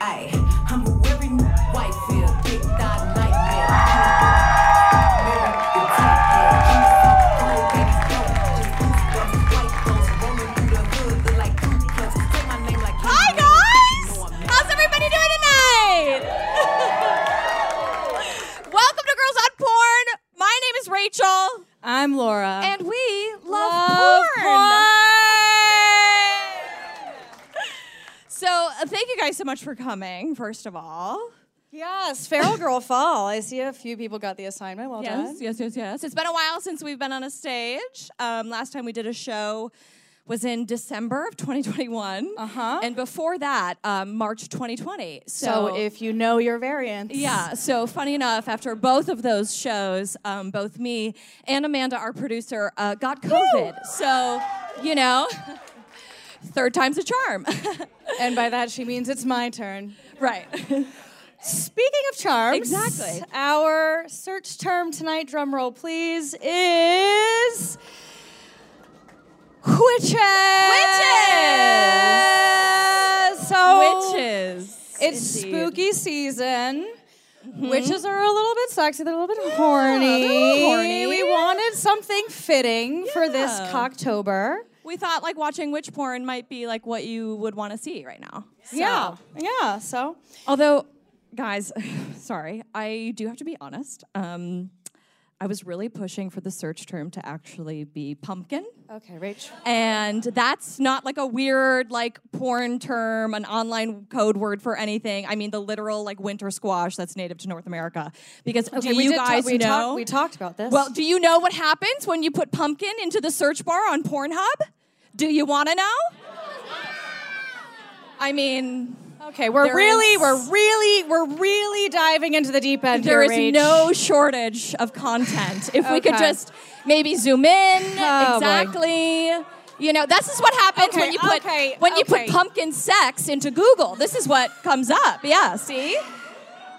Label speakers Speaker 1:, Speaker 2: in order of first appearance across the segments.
Speaker 1: Ay, I'm a weary white feel, big thigh nightmare. Mirror, your top hair, keep so cold, baby, go. Just goosebumps, white folks rolling through the hood, look like Ku Klux. Say my name like you
Speaker 2: Hi
Speaker 1: know it, you know I'm
Speaker 2: guys!
Speaker 1: mad.
Speaker 2: How's everybody doing tonight? Welcome to Girls on Porn. My name is Rachel,
Speaker 3: I'm Laura.
Speaker 2: and we love,
Speaker 3: Love
Speaker 2: porn.
Speaker 3: so, uh, thank you guys so much for coming, first of all.
Speaker 4: Yes, Feral Girl Fall. I see a few people got the assignment. Well done.
Speaker 3: yes, yes, yes. It's been a while since we've been on a stage. Um, last time we did a show was in December of 2021.
Speaker 4: Uh-huh.
Speaker 3: And before that, um, March 2020.
Speaker 4: So, if you know your variants,
Speaker 3: Yeah, so funny enough, after both of those shows, um, both me and Amanda, our producer, uh, got COVID. So, you know, third time's a charm.
Speaker 4: and by that she means it's my turn.
Speaker 3: right.
Speaker 4: Speaking of charms,
Speaker 3: Exactly.
Speaker 4: Our search term tonight, drum roll please, is witches. Witches. So
Speaker 3: Witches.
Speaker 4: It's spooky season.
Speaker 3: Mm-hmm.
Speaker 4: Witches are a little bit sexy. They're a little bit horny.
Speaker 3: little horny.
Speaker 4: We wanted something fitting for this
Speaker 3: Yeah.
Speaker 4: Cocktober.
Speaker 3: We thought like watching witch porn might be like what you would want to see right now.
Speaker 4: Yeah. Yeah. So
Speaker 3: Although, guys, sorry, I do have to be honest. Um, I was really pushing for the search term to actually be pumpkin.
Speaker 4: okay, Rach.
Speaker 3: And that's not like a weird like porn term, an online code word for anything. I mean the literal like winter squash that's native to North America. Because do
Speaker 4: we
Speaker 3: you
Speaker 4: did talk-
Speaker 3: guys
Speaker 4: we
Speaker 3: know?
Speaker 4: talked- we talked about this.
Speaker 3: Well, do you know what happens when you put pumpkin into the search bar on Pornhub? Do you want to know? I mean,
Speaker 4: Okay, we're
Speaker 3: There
Speaker 4: really,
Speaker 3: is-
Speaker 4: we're really, we're really diving into the deep end
Speaker 3: there
Speaker 4: here,
Speaker 3: is
Speaker 4: Rach.
Speaker 3: no shortage of content. If we could
Speaker 4: Okay.
Speaker 3: just maybe zoom in
Speaker 4: Oh, boy.
Speaker 3: exactly. You know, this is what happens
Speaker 4: Okay,
Speaker 3: when you put
Speaker 4: okay,
Speaker 3: when you put
Speaker 4: okay.
Speaker 3: pumpkin sex into Google. This is what comes up. Yeah, see?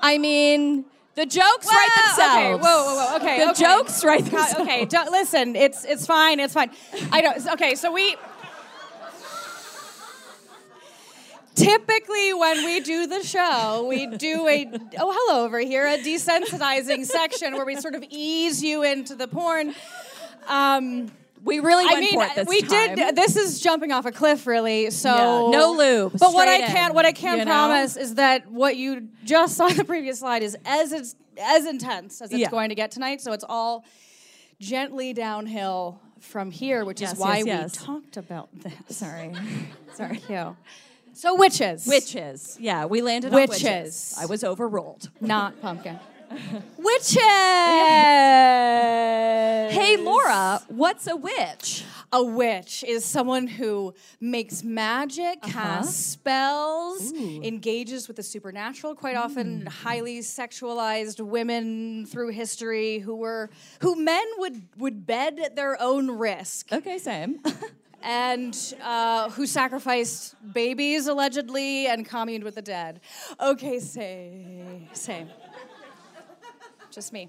Speaker 3: I mean, the jokes
Speaker 4: Whoa,
Speaker 3: write
Speaker 4: Okay, whoa,
Speaker 3: themselves.
Speaker 4: whoa, whoa. Okay,
Speaker 3: The
Speaker 4: okay.
Speaker 3: jokes write
Speaker 4: God,
Speaker 3: themselves.
Speaker 4: okay, don't, listen, it's it's fine, it's fine. I don't. Okay, so we typically when we do the show, we do a oh hello over here a desensitizing section where we sort of ease you into the porn. Um,
Speaker 3: We really went
Speaker 4: I mean,
Speaker 3: for it this
Speaker 4: we
Speaker 3: time.
Speaker 4: did. This is jumping off a cliff, really. So
Speaker 3: Yeah, no lube,
Speaker 4: But what I
Speaker 3: straight
Speaker 4: can
Speaker 3: in,
Speaker 4: what I can
Speaker 3: you know?
Speaker 4: promise is that what you just saw in the previous slide is as it's as intense as it's
Speaker 3: Yeah.
Speaker 4: going to get tonight. So it's all gently downhill from here, which
Speaker 3: Yes,
Speaker 4: is why
Speaker 3: yes, yes.
Speaker 4: we talked about this.
Speaker 3: Sorry.
Speaker 4: Sorry. Thank you. So witches,
Speaker 3: Witches. Yeah, we landed on
Speaker 4: Witches.
Speaker 3: witches. I was overruled.
Speaker 4: not pumpkin. Witches. Hey,
Speaker 3: Hey, Laura, what's a witch?
Speaker 4: A witch is someone who makes magic, casts spells, engages with the supernatural. Quite often, highly sexualized women through history who were who men would would bed at their own risk,
Speaker 3: Okay, same.
Speaker 4: and uh, who sacrificed babies allegedly and communed with the dead. Okay, say same. Just me.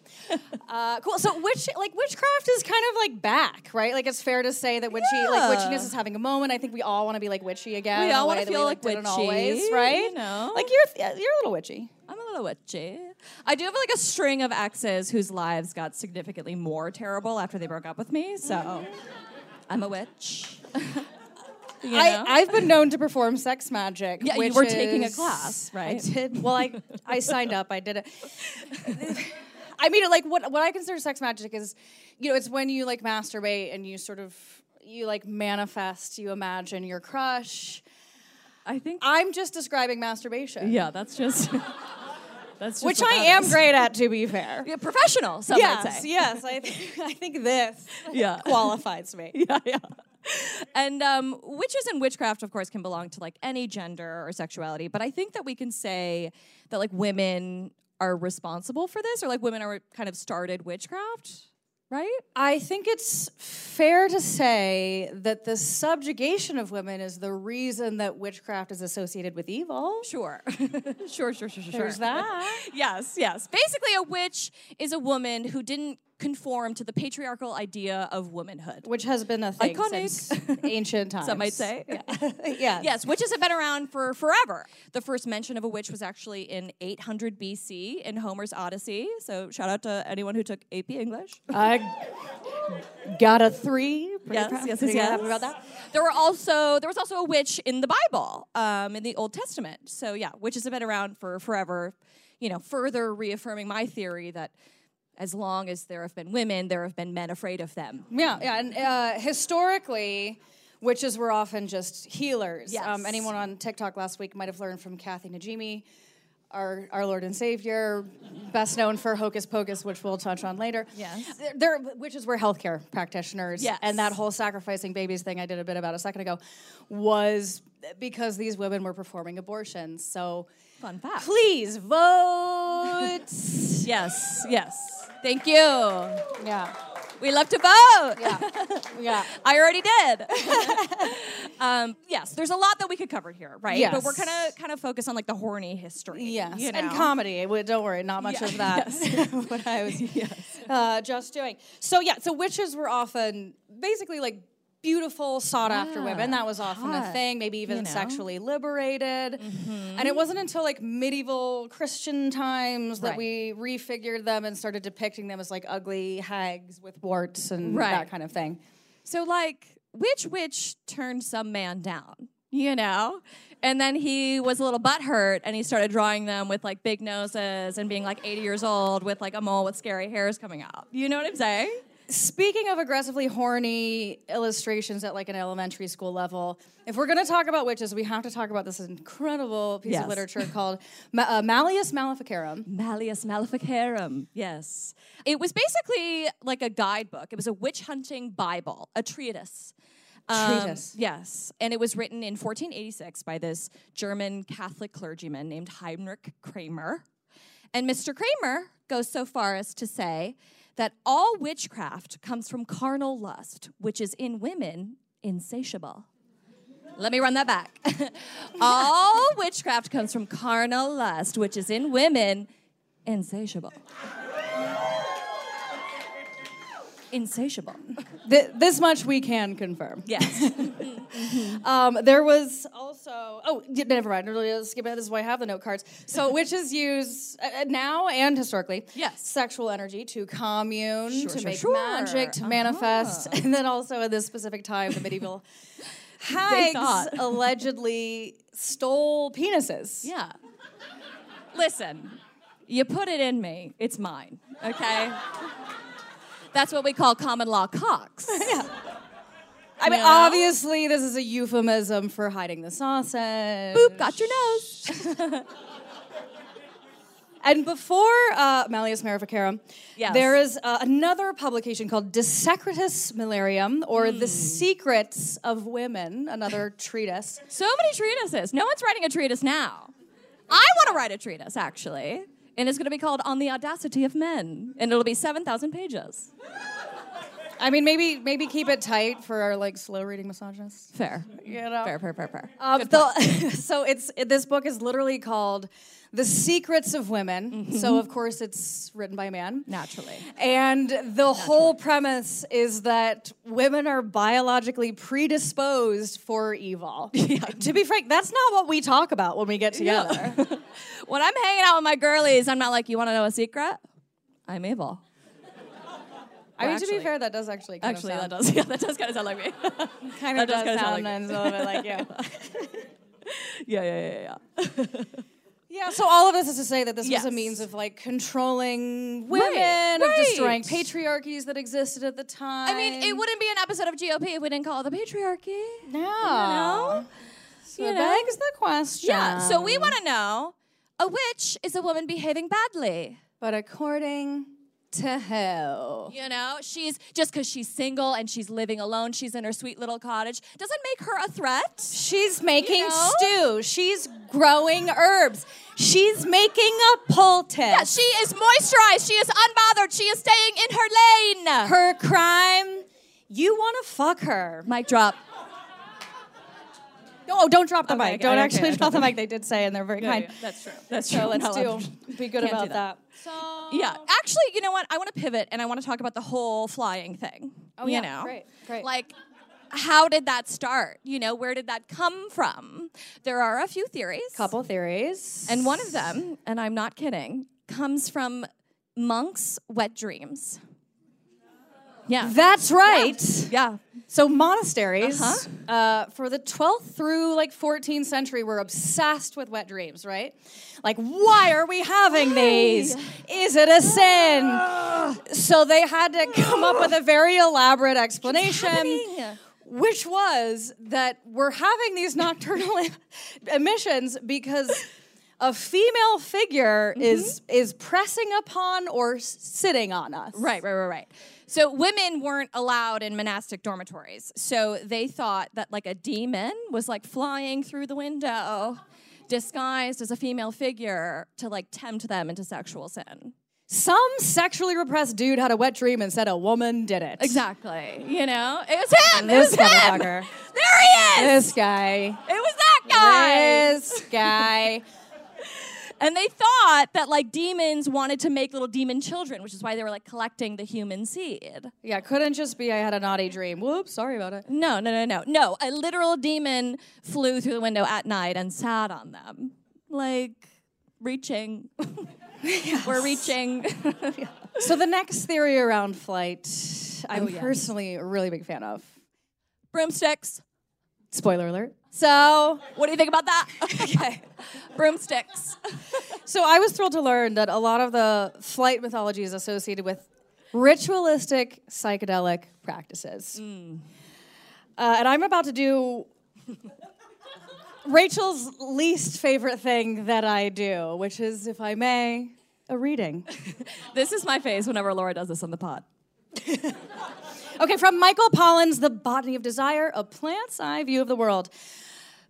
Speaker 4: Uh, cool. So, witch like witchcraft is kind of like back, right? Like it's fair to say that witchy, like
Speaker 3: Yeah.
Speaker 4: witchiness is having a moment. I think we all want to be like witchy again.
Speaker 3: We
Speaker 4: in
Speaker 3: all
Speaker 4: a
Speaker 3: wanna
Speaker 4: way that
Speaker 3: feel
Speaker 4: we,
Speaker 3: like
Speaker 4: didn't
Speaker 3: witchy,
Speaker 4: always, right?
Speaker 3: you know?
Speaker 4: Like you're you're a little witchy.
Speaker 3: I'm a little witchy. I do have like a string of exes whose lives got significantly more terrible after they broke up with me, so I'm a witch. you know?
Speaker 4: I, I've been known to perform sex magic.
Speaker 3: Yeah, you
Speaker 4: which
Speaker 3: were taking a
Speaker 4: is-
Speaker 3: class,
Speaker 4: I
Speaker 3: right?
Speaker 4: did. Well, I I signed up. I did it. I mean, like what what I consider sex magic is, you know, it's when you like masturbate and you sort of you like manifest, you imagine your crush.
Speaker 3: I think.
Speaker 4: I'm just describing masturbation,
Speaker 3: yeah, that's just. that's just
Speaker 4: which
Speaker 3: what
Speaker 4: I
Speaker 3: that
Speaker 4: am
Speaker 3: is.
Speaker 4: great at, to be fair.
Speaker 3: Yeah, professional. Some might
Speaker 4: Yes,
Speaker 3: say.
Speaker 4: yes, I, th- I think this
Speaker 3: Yeah.
Speaker 4: qualifies me.
Speaker 3: yeah, yeah. And um, witches and witchcraft, of course, can belong to like any gender or sexuality. But I think that we can say that like women are responsible for this, or like women are kind of started witchcraft, right?
Speaker 4: I think it's fair to say that the subjugation of women is the reason that witchcraft is associated with evil.
Speaker 3: Sure, sure, sure, sure, sure.
Speaker 4: There's
Speaker 3: sure.
Speaker 4: that.
Speaker 3: yes, yes. Basically, a witch is a woman who didn't conform to the patriarchal idea of womanhood.
Speaker 4: Which has been a thing
Speaker 3: Iconic.
Speaker 4: since ancient times.
Speaker 3: Some might say.
Speaker 4: yes.
Speaker 3: Yes, witches have been around for forever. The first mention of a witch was actually in 800 BC in Homer's Odyssey. So shout out to anyone who took AP English.
Speaker 4: I Uh, got a three. Pretty
Speaker 3: yes,
Speaker 4: proud-
Speaker 3: yes, yes,
Speaker 4: pretty
Speaker 3: yes.
Speaker 4: happy about that.
Speaker 3: There were also there was also a witch in the Bible, um, in the Old Testament. So yeah, witches have been around for forever. You know, further reaffirming my theory that as long as there have been women, there have been men afraid of them.
Speaker 4: Yeah, yeah. And uh, historically, witches were often just healers.
Speaker 3: Yes.
Speaker 4: Um, anyone on TikTok last week might have learned from Kathy Najimy, our, our Lord and Savior, best known for Hocus Pocus, which we'll touch on later.
Speaker 3: Yes.
Speaker 4: They're, they're- witches were healthcare practitioners.
Speaker 3: Yes.
Speaker 4: And that whole sacrificing babies thing I did a bit about a second ago was because these women were performing abortions. So
Speaker 3: Fun fact.
Speaker 4: please vote.
Speaker 3: Yes, yes. Thank you.
Speaker 4: yeah.
Speaker 3: We love to vote.
Speaker 4: Yeah.
Speaker 3: I already did. um, yes, there's a lot that we could cover here, right? But we're
Speaker 4: Yes.
Speaker 3: kind of kind of focused on like the horny history.
Speaker 4: Yes,
Speaker 3: you
Speaker 4: and
Speaker 3: know?
Speaker 4: comedy. eh, Well, Don't worry, not much
Speaker 3: Yeah,
Speaker 4: of that. what I was uh, just doing. So yeah, so witches were often basically like beautiful, sought after
Speaker 3: Yeah,
Speaker 4: women. That was often a
Speaker 3: Ah, hot,
Speaker 4: thing. Maybe even
Speaker 3: you know? Mm-hmm.
Speaker 4: sexually liberated. And it wasn't until like medieval Christian times that
Speaker 3: Right.
Speaker 4: we refigured them and started depicting them as like ugly hags with warts and that
Speaker 3: Right.
Speaker 4: kind of thing.
Speaker 3: So like, which witch turned some man down? You know, and then he was a little butthurt, and he started drawing them with like big noses and being like 80 years old with like a mole with scary hairs coming out. You know what I'm saying?
Speaker 4: Speaking of aggressively horny illustrations at like an elementary school level, if we're going to talk about witches, we have to talk about this incredible piece of
Speaker 3: Yes.
Speaker 4: literature called Ma- uh, Malleus Maleficarum.
Speaker 3: Malleus Maleficarum. Yes. It was basically like a guidebook. It was a witch hunting Bible, a treatise. Um,
Speaker 4: Treatise.
Speaker 3: Yes. And it was written in 1486 by this German Catholic clergyman named Heinrich Kramer. And Mr. Kramer goes so far as to say that all witchcraft comes from carnal lust, which is in women insatiable. Let me run that back. All witchcraft comes from carnal lust, which is in women insatiable. insatiable.
Speaker 4: Th- this much we can confirm.
Speaker 3: Yes.
Speaker 4: Um, there was also oh y- never mind. Really, let's skip ahead. This is why I have the note cards. So witches use uh, uh, now and historically
Speaker 3: Yes.
Speaker 4: sexual energy to commune,
Speaker 3: Sure,
Speaker 4: to
Speaker 3: sure,
Speaker 4: make
Speaker 3: sure. Uh-huh.
Speaker 4: magic, to manifest, and then also at this specific time the medieval hags
Speaker 3: thought.
Speaker 4: allegedly stole penises.
Speaker 3: yeah. Listen, you put it in me, it's mine, okay? That's what we call common law cocks.
Speaker 4: I mean,
Speaker 3: Yeah.
Speaker 4: obviously this is a euphemism for hiding the sausage.
Speaker 3: Boop, got your nose.
Speaker 4: And before uh, Malleus Maleficarum,
Speaker 3: Yes.
Speaker 4: there is uh, another publication called De Secretis Malarium, or The
Speaker 3: Hmm.
Speaker 4: Secrets of Women, another treatise.
Speaker 3: So many treatises. No one's writing a treatise now. I want to write a treatise, actually. And it's going to be called On the Audacity of Men. And it'll be 7,000 pages.
Speaker 4: I mean, maybe maybe keep it tight for our like slow reading misogynists.
Speaker 3: Fair.
Speaker 4: You know?
Speaker 3: Fair, fair, fair, fair.
Speaker 4: Um, the- so it's it- this book is literally called The Secrets of Women. So of course it's written by a man.
Speaker 3: Mm-hmm. Naturally.
Speaker 4: And the whole premise is that women are biologically predisposed for evil. To be frank, that's not what we talk about when we get together.
Speaker 3: When I'm hanging out with my girlies, I'm not like, you want to know a secret? I'm evil.
Speaker 4: I mean, to be
Speaker 3: actually-
Speaker 4: fair, that does actually kind
Speaker 3: Actually, that
Speaker 4: of sound,
Speaker 3: does, yeah, that does kind of sound like me.
Speaker 4: kind
Speaker 3: that
Speaker 4: of
Speaker 3: does
Speaker 4: does
Speaker 3: kinda sound
Speaker 4: sound
Speaker 3: like
Speaker 4: a little bit like you.
Speaker 3: yeah, yeah, yeah, yeah.
Speaker 4: Yeah, so all of this is to say that this was
Speaker 3: Yes.
Speaker 4: a means of like controlling women, of destroying
Speaker 3: right.
Speaker 4: patriarchies that existed at the time.
Speaker 3: I mean, it wouldn't be an episode of GOP if we didn't call it the patriarchy.
Speaker 4: No. So
Speaker 3: you
Speaker 4: it
Speaker 3: know?
Speaker 4: begs the question.
Speaker 3: Yeah. So we want to know a witch is a woman behaving badly.
Speaker 4: But according to who?
Speaker 3: You know, she's just because she's single and she's living alone, she's in her sweet little cottage, doesn't make her a threat.
Speaker 4: She's making
Speaker 3: know?
Speaker 4: stew. She's growing herbs. She's making a poultice.
Speaker 3: She is moisturized, she is unbothered, she is staying in her lane.
Speaker 4: her crime. You want to fuck her.
Speaker 3: mic drop.
Speaker 4: No, oh, don't drop the
Speaker 3: Okay,
Speaker 4: mic.
Speaker 3: okay,
Speaker 4: Don't
Speaker 3: I don't
Speaker 4: actually
Speaker 3: care, I
Speaker 4: drop the mic. They did say, and they're very kind.
Speaker 3: That's true. That's
Speaker 4: So let's do. Be good
Speaker 3: Can't do
Speaker 4: about that.
Speaker 3: that. Yeah. Actually, you know what? I want to pivot and I want to talk about the whole flying thing. Oh, you
Speaker 4: yeah.
Speaker 3: know?
Speaker 4: Great, great.
Speaker 3: Like, how did that start? You know, where did that come from? There are a few theories.
Speaker 4: Couple theories.
Speaker 3: And one of them, and I'm not kidding, comes from monks' wet dreams. Yeah.
Speaker 4: That's right.
Speaker 3: yeah.
Speaker 4: So monasteries, uh
Speaker 3: Uh-huh.
Speaker 4: for the 12th through like 14th century, were obsessed with wet dreams, right? Like, why are we having these? Is it a
Speaker 3: Ah.
Speaker 4: sin? So they had to come up with a very elaborate explanation.
Speaker 3: happening?
Speaker 4: Which was that we're having these nocturnal emissions because a female figure
Speaker 3: Mm-hmm.
Speaker 4: is is pressing upon or s- sitting on us.
Speaker 3: Right, right, right, right. So women weren't allowed in monastic dormitories. So they thought that like a demon was like flying through the window disguised as a female figure to like tempt them into sexual sin.
Speaker 4: Some sexually repressed dude had a wet dream and said a woman did it.
Speaker 3: Exactly. You know? It was him.
Speaker 4: This
Speaker 3: it was him.
Speaker 4: motherfucker.
Speaker 3: There he is.
Speaker 4: This guy.
Speaker 3: It was that guy.
Speaker 4: This guy.
Speaker 3: And they thought that like demons wanted to make little demon children, which is why they were like collecting the human seed.
Speaker 4: yeah, couldn't just be I had a naughty dream. Whoops, sorry about it.
Speaker 3: No, no, no, no. No, a literal demon flew through the window at night and sat on them. Like reaching. We're reaching.
Speaker 4: So the next theory around flight, I'm
Speaker 3: Oh, yes.
Speaker 4: personally a really big fan of.
Speaker 3: Broomsticks.
Speaker 4: Spoiler alert. So,
Speaker 3: What do you think about that? okay. Broomsticks.
Speaker 4: so I was thrilled to learn that a lot of the flight mythology is associated with ritualistic psychedelic practices. Uh, and I'm about to do Rachel's least favorite thing that I do, which is, if I may, a reading.
Speaker 3: This is my face whenever Laura does this on the pod.
Speaker 4: Okay, from Michael Pollan's The Botany of Desire, a plant's eye view of the world.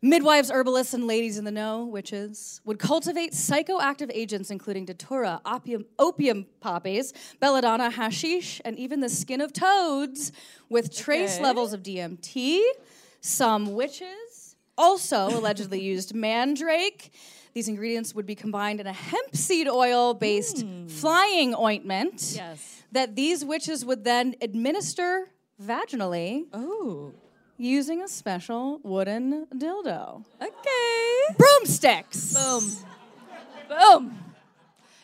Speaker 4: Midwives, herbalists, and ladies in the know, witches, would cultivate psychoactive agents including datura, opium, opium poppies, belladonna, hashish, and even the skin of toads with trace levels of DMT. Some witches also allegedly used mandrake. These ingredients would be combined in a hemp seed oil based flying ointment
Speaker 3: Yes.
Speaker 4: that these witches would then administer vaginally
Speaker 3: Oh. Ooh.
Speaker 4: using a special wooden dildo.
Speaker 3: Okay.
Speaker 4: Broomsticks!
Speaker 3: Boom. Boom.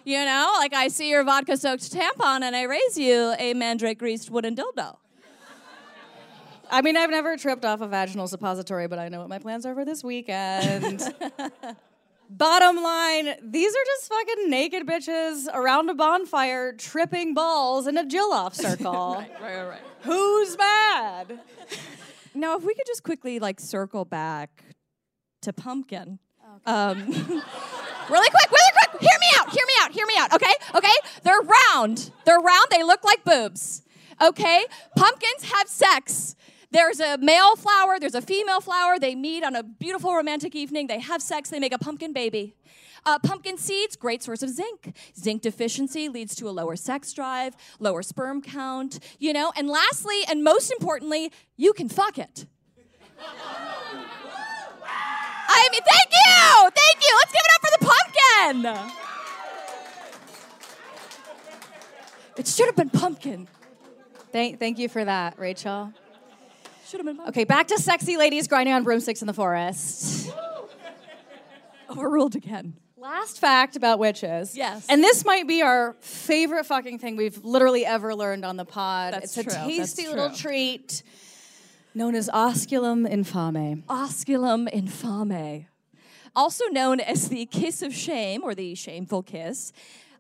Speaker 3: You know, like I see your vodka soaked tampon and I raise you a mandrake greased wooden dildo.
Speaker 4: I mean, I've never tripped off a vaginal suppository, but I know what my plans are for this weekend. Bottom line, these are just fucking naked bitches around a bonfire tripping balls in a Jill off circle.
Speaker 3: right, right.
Speaker 4: Who's mad?
Speaker 3: Now, if we could just quickly like circle back to pumpkin. Um, really quick, really quick. Hear me out. Hear me out. Hear me out. Okay, okay. They're round. They're round. They look like boobs. Okay. Pumpkins have sex. There's a male flower. There's a female flower. They meet on a beautiful romantic evening. They have sex. They make a pumpkin baby. Uh, pumpkin seeds, great source of zinc. Zinc deficiency leads to a lower sex drive, lower sperm count, you know. And lastly, and most importantly, you can fuck it. I mean, thank you, thank you. Let's give it up for the pumpkin. It should have been pumpkin.
Speaker 4: Thank, thank you for that, Rachel.
Speaker 3: Should have been pumpkin.
Speaker 4: Okay, back to sexy ladies grinding on broomsticks in the forest.
Speaker 3: Overruled again.
Speaker 4: Last fact about witches.
Speaker 3: Yes.
Speaker 4: And this might be our favorite fucking thing we've literally ever learned on the pod.
Speaker 3: That's
Speaker 4: it's
Speaker 3: true,
Speaker 4: a
Speaker 3: that's
Speaker 4: tasty little
Speaker 3: true.
Speaker 4: treat known as osculum infame.
Speaker 3: Osculum infame. also known as the kiss of shame or the shameful kiss.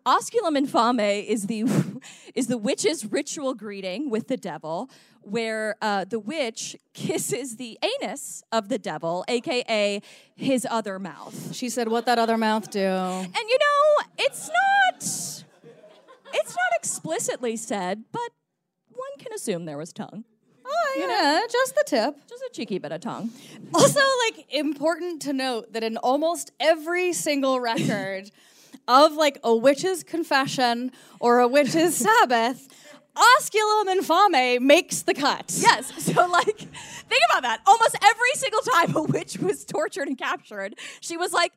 Speaker 3: Osculum infame is the is the witch's ritual greeting with the devil, where uh, the witch kisses the anus of the devil, aka his other mouth.
Speaker 4: She said, What that other mouth do?
Speaker 3: And you know, it's not it's not explicitly said, but one can assume there was tongue.
Speaker 4: Yeah, just the tip.
Speaker 3: Just a cheeky bit of tongue.
Speaker 4: Also, like important to note that in almost every single record of like a witch's confession or a witch's Sabbath, osculum infame makes the cut.
Speaker 3: Yes. So, like, think about that. Almost every single time a witch was tortured and captured, she was like,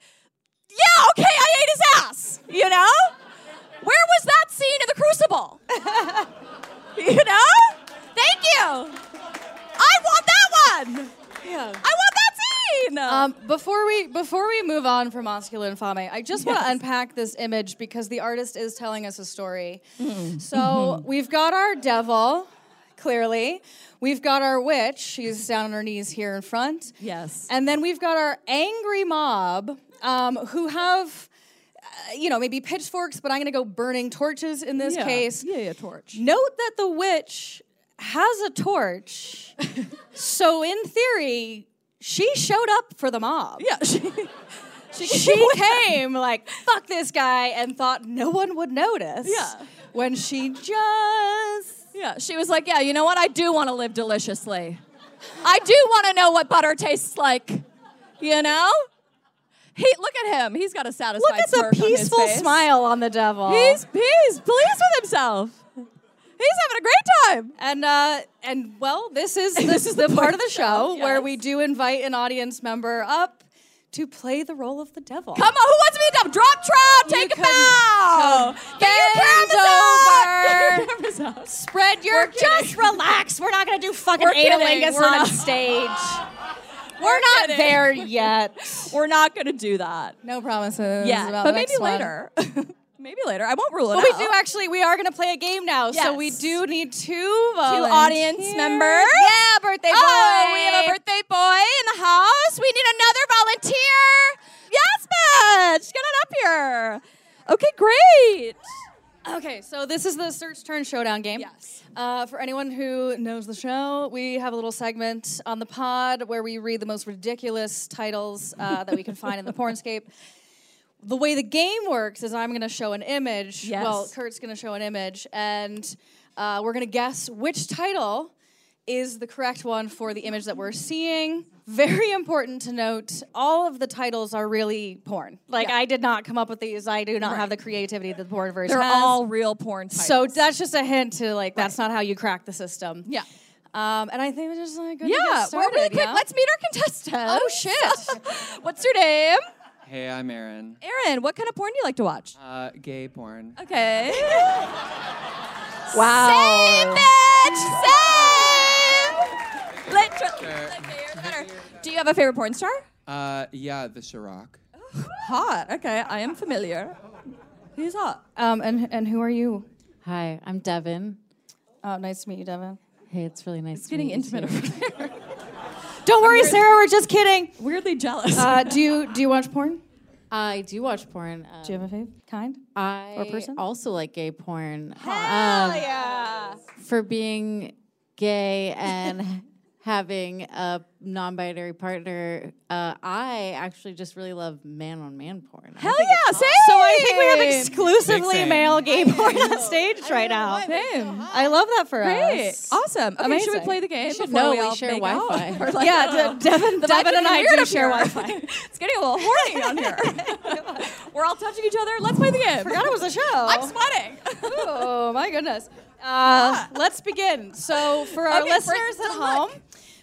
Speaker 3: yeah, okay, I ate his ass, you know? Where was that scene in the crucible? you know? Thank you. I want that one.
Speaker 4: Yeah.
Speaker 3: I want that scene.
Speaker 4: Um, before we before we move on from osculum infame, I just want to
Speaker 3: Yes.
Speaker 4: unpack this image because the artist is telling us a story.
Speaker 3: Mm-hmm.
Speaker 4: So we've got our devil, clearly. We've got our witch. She's down on her knees here in front.
Speaker 3: Yes.
Speaker 4: And then we've got our angry mob um, who have, uh, you know, maybe pitchforks, but I'm going to go burning torches in this case.
Speaker 3: Yeah, yeah, torch.
Speaker 4: Note that the witch has a torch. so, in theory, she showed up for the mob.
Speaker 3: Yeah. She,
Speaker 4: She came like, fuck this guy, and thought no one would notice.
Speaker 3: Yeah.
Speaker 4: When she just.
Speaker 3: yeah, she was like, yeah, you know what? I do want to live deliciously. I do want to know what butter tastes like, you know? He, look at him. He's got a
Speaker 4: Look
Speaker 3: satisfied
Speaker 4: at the
Speaker 3: smirk on his
Speaker 4: peaceful
Speaker 3: face.
Speaker 4: smile on the devil.
Speaker 3: He's, he's pleased with himself. He's having a great time.
Speaker 4: And uh, and well, this is this is the part of the show where we do invite an audience member up to play the role of the devil.
Speaker 3: Come on, who wants to be a dumb? Drop trout, take a
Speaker 4: can
Speaker 3: bow. Get your
Speaker 4: bend
Speaker 3: cameras out.
Speaker 4: over.
Speaker 3: Get your cameras out.
Speaker 4: Spread your just relax. We're not gonna do fucking
Speaker 3: We're kidding.
Speaker 4: analingus
Speaker 3: We're
Speaker 4: on
Speaker 3: not-
Speaker 4: stage. We're not
Speaker 3: kidding.
Speaker 4: there yet.
Speaker 3: We're not going to do that.
Speaker 4: No promises.
Speaker 3: Yeah,
Speaker 4: about
Speaker 3: but
Speaker 4: the
Speaker 3: maybe
Speaker 4: next one.
Speaker 3: later. maybe later. I won't rule it
Speaker 4: But
Speaker 3: out.
Speaker 4: we do actually. We are gonna play a game now, so we
Speaker 3: Yes.
Speaker 4: do need two
Speaker 3: Two
Speaker 4: volunteers.
Speaker 3: audience members.
Speaker 4: Yeah, birthday boy.
Speaker 3: Oh, we have a birthday boy in the house. We need another volunteer. Yes, bitch. Get on up here. Okay, great.
Speaker 4: Okay, so this is the search turn showdown game.
Speaker 3: Yes.
Speaker 4: Uh, for anyone who knows the show, we have a little segment on the pod where we read the most ridiculous titles uh, that we can find in the pornscape. The way the game works is I'm going to show an image.
Speaker 3: Yes.
Speaker 4: Well, Kurt's going to show an image, and uh, we're going to guess which title is the correct one for the image that we're seeing. Very important to note, all of the titles are really porn. Like, I did not come up with these. I do not have the creativity that the porn version
Speaker 3: They're
Speaker 4: has.
Speaker 3: all real porn titles.
Speaker 4: So that's just a hint to like that's not how you crack the system.
Speaker 3: Yeah.
Speaker 4: Um, and I think we're just like good to
Speaker 3: Yeah,
Speaker 4: get
Speaker 3: we're
Speaker 4: started,
Speaker 3: really quick.
Speaker 4: yeah?
Speaker 3: Let's meet our contestant.
Speaker 4: Oh shit!
Speaker 3: What's your name?
Speaker 5: Hey, I'm Aaron.
Speaker 3: Erin, what kind of porn do you like to watch?
Speaker 5: Uh, gay porn.
Speaker 3: Okay. wow. Same, bitch. Same. Literally. Okay, you're the better. Do you have a favorite porn star?
Speaker 5: Uh, yeah, the Chirac.
Speaker 3: Hot. Okay, I am familiar. He's hot.
Speaker 4: um, and and who are you?
Speaker 6: Hi, I'm Devin.
Speaker 4: Oh, nice to meet you, Devin.
Speaker 6: Hey, it's really nice. It's
Speaker 3: Getting intimate over there.
Speaker 4: Don't worry, Sarah. We're just kidding.
Speaker 3: Weirdly jealous.
Speaker 4: Uh, do you do you watch porn?
Speaker 6: I do watch porn. Um,
Speaker 4: Do you have a fave kind?
Speaker 6: I
Speaker 4: or person?
Speaker 6: also like gay porn. Hell
Speaker 4: yeah!
Speaker 6: For being gay and having a non-binary partner, uh, I actually just really love man-on-man porn.
Speaker 3: Hell Oh, yeah, same.
Speaker 4: So I think we have exclusively
Speaker 5: Big fan.
Speaker 4: male gay porn on stage right now.
Speaker 3: Same.
Speaker 4: I love that for
Speaker 3: Great.
Speaker 4: us.
Speaker 3: Awesome. Okay, should we
Speaker 4: Amazing.
Speaker 3: play the game? before
Speaker 6: know
Speaker 3: we,
Speaker 6: we
Speaker 3: all
Speaker 6: share
Speaker 3: make
Speaker 6: Wi-Fi.
Speaker 3: out? Or like-
Speaker 4: Yeah, De- Devin, Devin and I do share Wi-Fi.
Speaker 3: it's getting a little horny down here. We're all touching each other. Let's play the game.
Speaker 4: Forgot it was a show.
Speaker 3: I'm sweating.
Speaker 4: Oh my goodness. Uh, let's begin. So, for our
Speaker 3: Okay, first,
Speaker 4: listeners at
Speaker 3: don't
Speaker 4: home,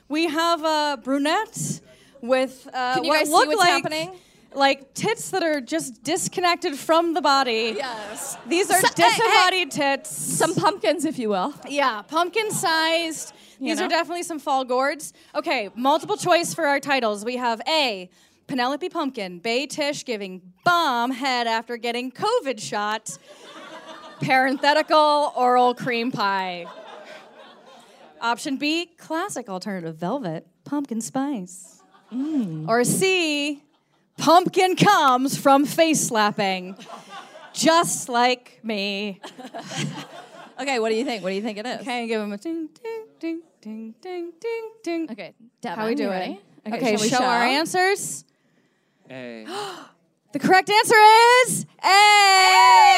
Speaker 4: we have a brunette with uh,
Speaker 3: Can you
Speaker 4: what
Speaker 3: guys see
Speaker 4: look
Speaker 3: what's
Speaker 4: like
Speaker 3: happening?
Speaker 4: like tits that are just disconnected from the body.
Speaker 3: yes.
Speaker 4: These are
Speaker 3: So- hey, hey.
Speaker 4: disembodied tits.
Speaker 3: Some pumpkins, if you will.
Speaker 4: yeah, pumpkin sized. These
Speaker 3: know?
Speaker 4: are definitely some fall gourds. Okay, multiple choice for our titles. We have A. Penelope Pumpkin, Bay Tish giving bomb head after getting COVID shot. Parenthetical oral cream pie. Option B, classic alternative velvet, pumpkin spice. Or C, Pumpkin comes from face slapping, just like me.
Speaker 3: Okay, what do you think? What do you think it is?
Speaker 4: Okay, give him a ding, ding, ding, ding, ding, ding, ding.
Speaker 3: Okay, Devin,
Speaker 4: How we
Speaker 3: you
Speaker 4: doing?
Speaker 3: ready?
Speaker 4: Okay,
Speaker 3: shall we
Speaker 4: show our answers.
Speaker 5: A.
Speaker 4: The correct answer is A.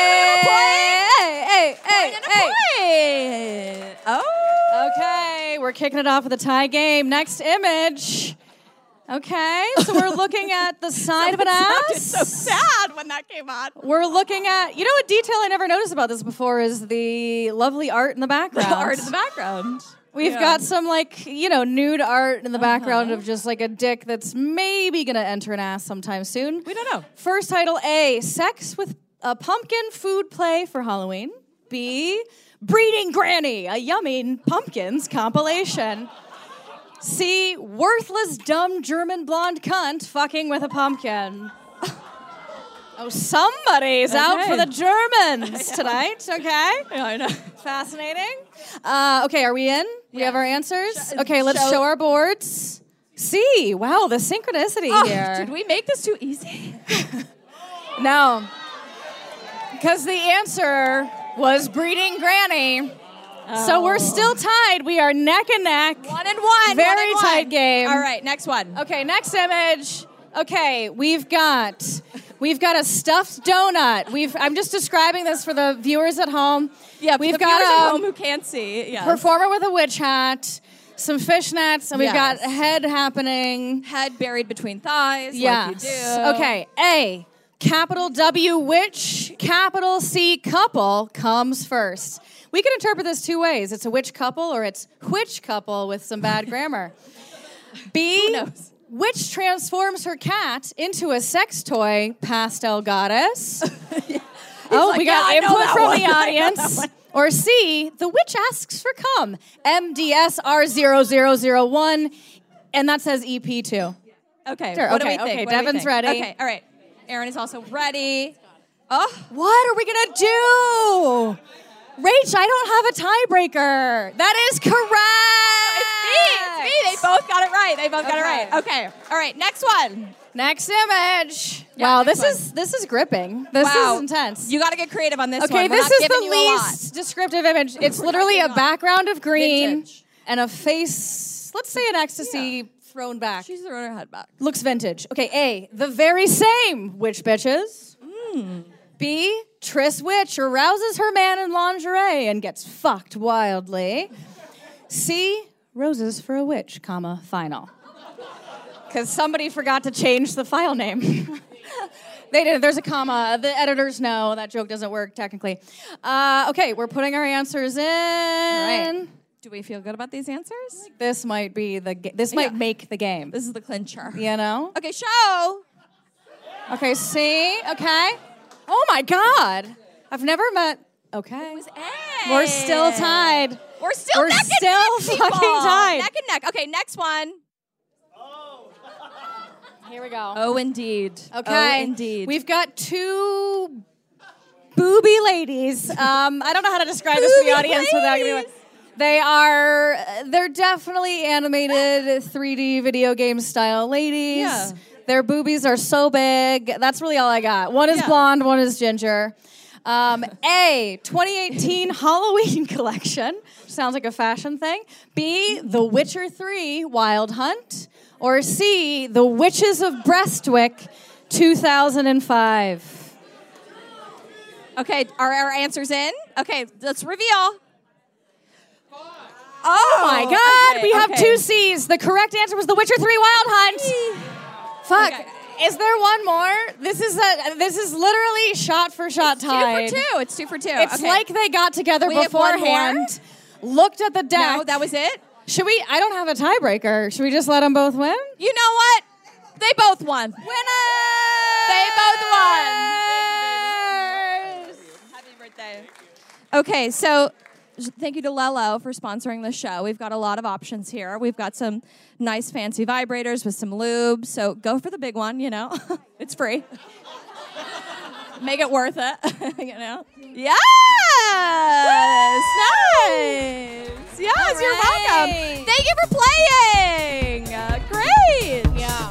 Speaker 4: Hey, hey, hey, hey. Oh. Okay, we're kicking it off with a tie game. Next image. Okay, so we're looking at the side of an ass.
Speaker 3: So sad when that came on.
Speaker 4: We're looking at, you know, a detail I never noticed about this before is the lovely art in the background.
Speaker 3: Art in the background.
Speaker 4: We've got some like you know nude art
Speaker 3: Uh-huh.
Speaker 4: in the background of just like a dick that's maybe gonna enter an ass sometime soon. We
Speaker 3: don't know.
Speaker 4: First title A: Sex with a pumpkin food play for Halloween. B: Breeding Granny, a yummy pumpkins compilation. C: Worthless dumb German blonde cunt fucking with a pumpkin. Oh, somebody's out for
Speaker 3: Okay.
Speaker 4: the Germans tonight. Okay.
Speaker 3: I know.
Speaker 4: Fascinating. Uh, okay, are we in? We have our answers. okay, let's
Speaker 3: uh, show-
Speaker 4: show our boards. See, wow, the synchronicity here.
Speaker 3: Oh, Did we make this too easy?
Speaker 4: No, because the answer was breeding granny. So we're still tied. We are neck and neck.
Speaker 3: Oh. One and one.
Speaker 4: Very
Speaker 3: one and one.
Speaker 4: tight game.
Speaker 3: All right, next one.
Speaker 4: Okay, next image. Okay, we've got we've got a stuffed donut. We've I'm just describing this for the viewers at home.
Speaker 3: Yeah, for
Speaker 4: we've
Speaker 3: the
Speaker 4: got
Speaker 3: viewers at
Speaker 4: um,
Speaker 3: home who can't see. Yeah.
Speaker 4: performer with a witch hat, some fishnets, and we've got
Speaker 3: Yes.
Speaker 4: head happening.
Speaker 3: Head buried between thighs. Like you
Speaker 4: Yes.
Speaker 3: do.
Speaker 4: Okay. A. Capital W witch, capital C couple comes first. We can interpret this two ways. It's a witch couple or it's witch couple with some bad grammar. B.
Speaker 3: knows?
Speaker 4: Witch transforms her cat into a sex toy pastel goddess. Oh,
Speaker 3: like,
Speaker 4: we
Speaker 3: "Yeah,
Speaker 4: got
Speaker 3: I know
Speaker 4: input
Speaker 3: that
Speaker 4: from
Speaker 3: one. I
Speaker 4: the
Speaker 3: know that
Speaker 4: audience. Or C, the witch asks for cum. MDSR0001. And that says E EP2.
Speaker 3: Okay.
Speaker 4: Sure,
Speaker 3: What
Speaker 4: okay,
Speaker 3: do we think?
Speaker 4: okay,
Speaker 3: What do we
Speaker 4: Devin's
Speaker 3: think?
Speaker 4: ready.
Speaker 3: Okay. All right. Aaron is also ready. Oh,
Speaker 4: What are we gonna do? Rach, I don't have a tiebreaker. That is correct.
Speaker 3: me. It's me. They both got it right. They both got it right. Okay. All right. Next one.
Speaker 4: Next image.
Speaker 3: Yeah,
Speaker 4: wow,
Speaker 3: next
Speaker 4: this
Speaker 3: one.
Speaker 4: is this is gripping. This
Speaker 3: wow.
Speaker 4: is intense.
Speaker 3: You got to get creative on this
Speaker 4: okay,
Speaker 3: one. We're
Speaker 4: this
Speaker 3: not
Speaker 4: is
Speaker 3: giving
Speaker 4: the
Speaker 3: you a lot.
Speaker 4: least descriptive image. It's literally a
Speaker 3: giving a lot.
Speaker 4: background of green
Speaker 3: Vintage.
Speaker 4: and a face. Let's say an ecstasy thrown back.
Speaker 3: She's throwing her head back.
Speaker 4: Looks vintage. Okay, A, the very same witch bitches.
Speaker 3: Hmm.
Speaker 4: B, Triss Witch arouses her man in lingerie and gets fucked wildly. C, roses for a witch, comma, final. Because somebody forgot to change the file name. they did. There's a comma. The editors know that joke doesn't work technically. Uh, okay, we're putting our answers in.
Speaker 3: Do we feel good about these answers?
Speaker 4: This might be the. Ga- this might
Speaker 3: Yeah.
Speaker 4: make the game.
Speaker 3: This is the clincher.
Speaker 4: You know.
Speaker 3: Okay, show.
Speaker 4: Okay, see? Okay. Oh my God. I've never met. Okay.
Speaker 3: Hey.
Speaker 4: We're still tied.
Speaker 3: We're still
Speaker 4: We're
Speaker 3: neck and
Speaker 4: still
Speaker 3: neck, people.
Speaker 4: fucking tied.
Speaker 3: Neck and neck. Okay, next one.
Speaker 4: Here we go.
Speaker 3: Oh, indeed.
Speaker 4: Okay.
Speaker 3: Oh, indeed.
Speaker 4: We've got two booby ladies. Um, I don't know how to describe this to the
Speaker 3: Booby
Speaker 4: audience without giving away.
Speaker 3: ladies.
Speaker 4: They are they're definitely animated 3D video game style ladies.
Speaker 3: Yeah.
Speaker 4: Their boobies are so big. That's really all I got. One is
Speaker 3: Yeah.
Speaker 4: blonde, one is ginger. Um, A, 2018 Halloween collection. Sounds like a fashion thing. B, The Witcher 3 Wild Hunt. Or C, The Witches of Brestwick 2005.
Speaker 3: okay, are our answers in? Okay, let's reveal. Oh
Speaker 4: My God,
Speaker 3: okay,
Speaker 4: we have
Speaker 3: okay.
Speaker 4: two C's. The correct answer was The Witcher 3 Wild Hunt. Fuck.
Speaker 3: Okay.
Speaker 4: Is there one more? This is a this is literally shot for shot tied.
Speaker 3: Two for two. It's two for two.
Speaker 4: It's
Speaker 3: okay.
Speaker 4: like they got together
Speaker 3: We have one more?
Speaker 4: beforehand, looked at the deck.
Speaker 3: no, that was it.
Speaker 4: Should we? I don't have a tiebreaker. Should we just let them both win?
Speaker 3: You know what? They both won. Winner. They both won. Happy birthday. Okay, so sh- thank you to Lelo for sponsoring the show. We've got a lot of options here. We've got some nice fancy vibrators with some lube. So go for the big one, you know. it's free. Make it worth it, you know. Yes. Nice. Yes, you're welcome.
Speaker 4: right.
Speaker 3: Thank you for playing. Uh, great.
Speaker 4: Yeah.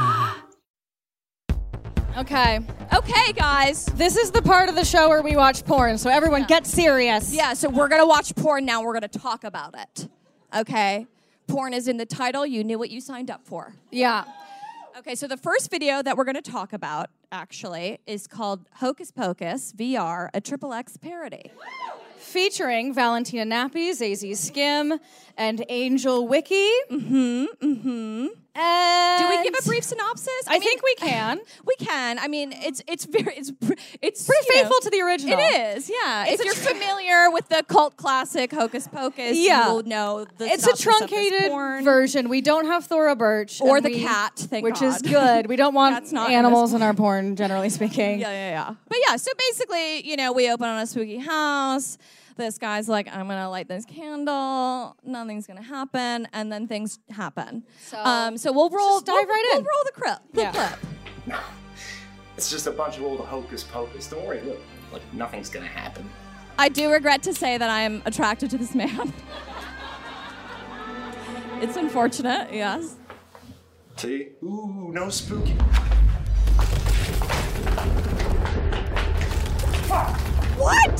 Speaker 4: Okay.
Speaker 3: Okay, guys.
Speaker 4: This is the part of the show where we watch porn, so everyone get serious.
Speaker 3: Yeah, so we're gonna watch porn now. We're gonna talk about it. Okay? Porn is in the title. You knew what you signed up for.
Speaker 4: Yeah.
Speaker 3: Okay, so the first video that we're gonna talk about actually is called Hocus Pocus VR, a triple X parody.
Speaker 4: Featuring Valentina Nappies, AZ Skim, and Angel Wiki. Mm-hmm. Mm-hmm. And
Speaker 3: mm-hmm. Do we give a brief synopsis?
Speaker 4: I think we can.
Speaker 3: We can. I mean, it's it's very it's pr- it's
Speaker 4: Pretty
Speaker 3: you know-
Speaker 4: faithful to the original.
Speaker 3: It is, yeah.
Speaker 4: It's
Speaker 3: if
Speaker 4: a
Speaker 3: you're
Speaker 4: tr-
Speaker 3: familiar with the cult classic Hocus Pocus,
Speaker 4: Yeah.
Speaker 3: you'll know the
Speaker 4: It's a
Speaker 3: synopsis of this
Speaker 4: truncated
Speaker 3: porn.
Speaker 4: version. We don't have Thora Birch
Speaker 3: Or
Speaker 4: and
Speaker 3: the
Speaker 4: we-
Speaker 3: cat, thank
Speaker 4: which is
Speaker 3: God.
Speaker 4: good. We don't want
Speaker 3: That's not in
Speaker 4: animals
Speaker 3: this
Speaker 4: in our porn, generally speaking.
Speaker 3: Yeah, yeah, yeah. But yeah, so basically, you know, we open on a spooky house. This guy's like, I'm gonna light this candle. Nothing's gonna happen, and then things happen. So, um, so we'll roll.
Speaker 4: just dive
Speaker 3: we'll-
Speaker 4: right in.
Speaker 3: We'll roll the clip. The
Speaker 4: Yeah.
Speaker 3: clip.
Speaker 1: It's just a bunch of old hocus pocus. Don't worry, look, look, nothing's gonna happen.
Speaker 3: I do regret to say that I am attracted to this man. it's unfortunate, yes.
Speaker 7: See? Ooh, no spooky.
Speaker 3: What?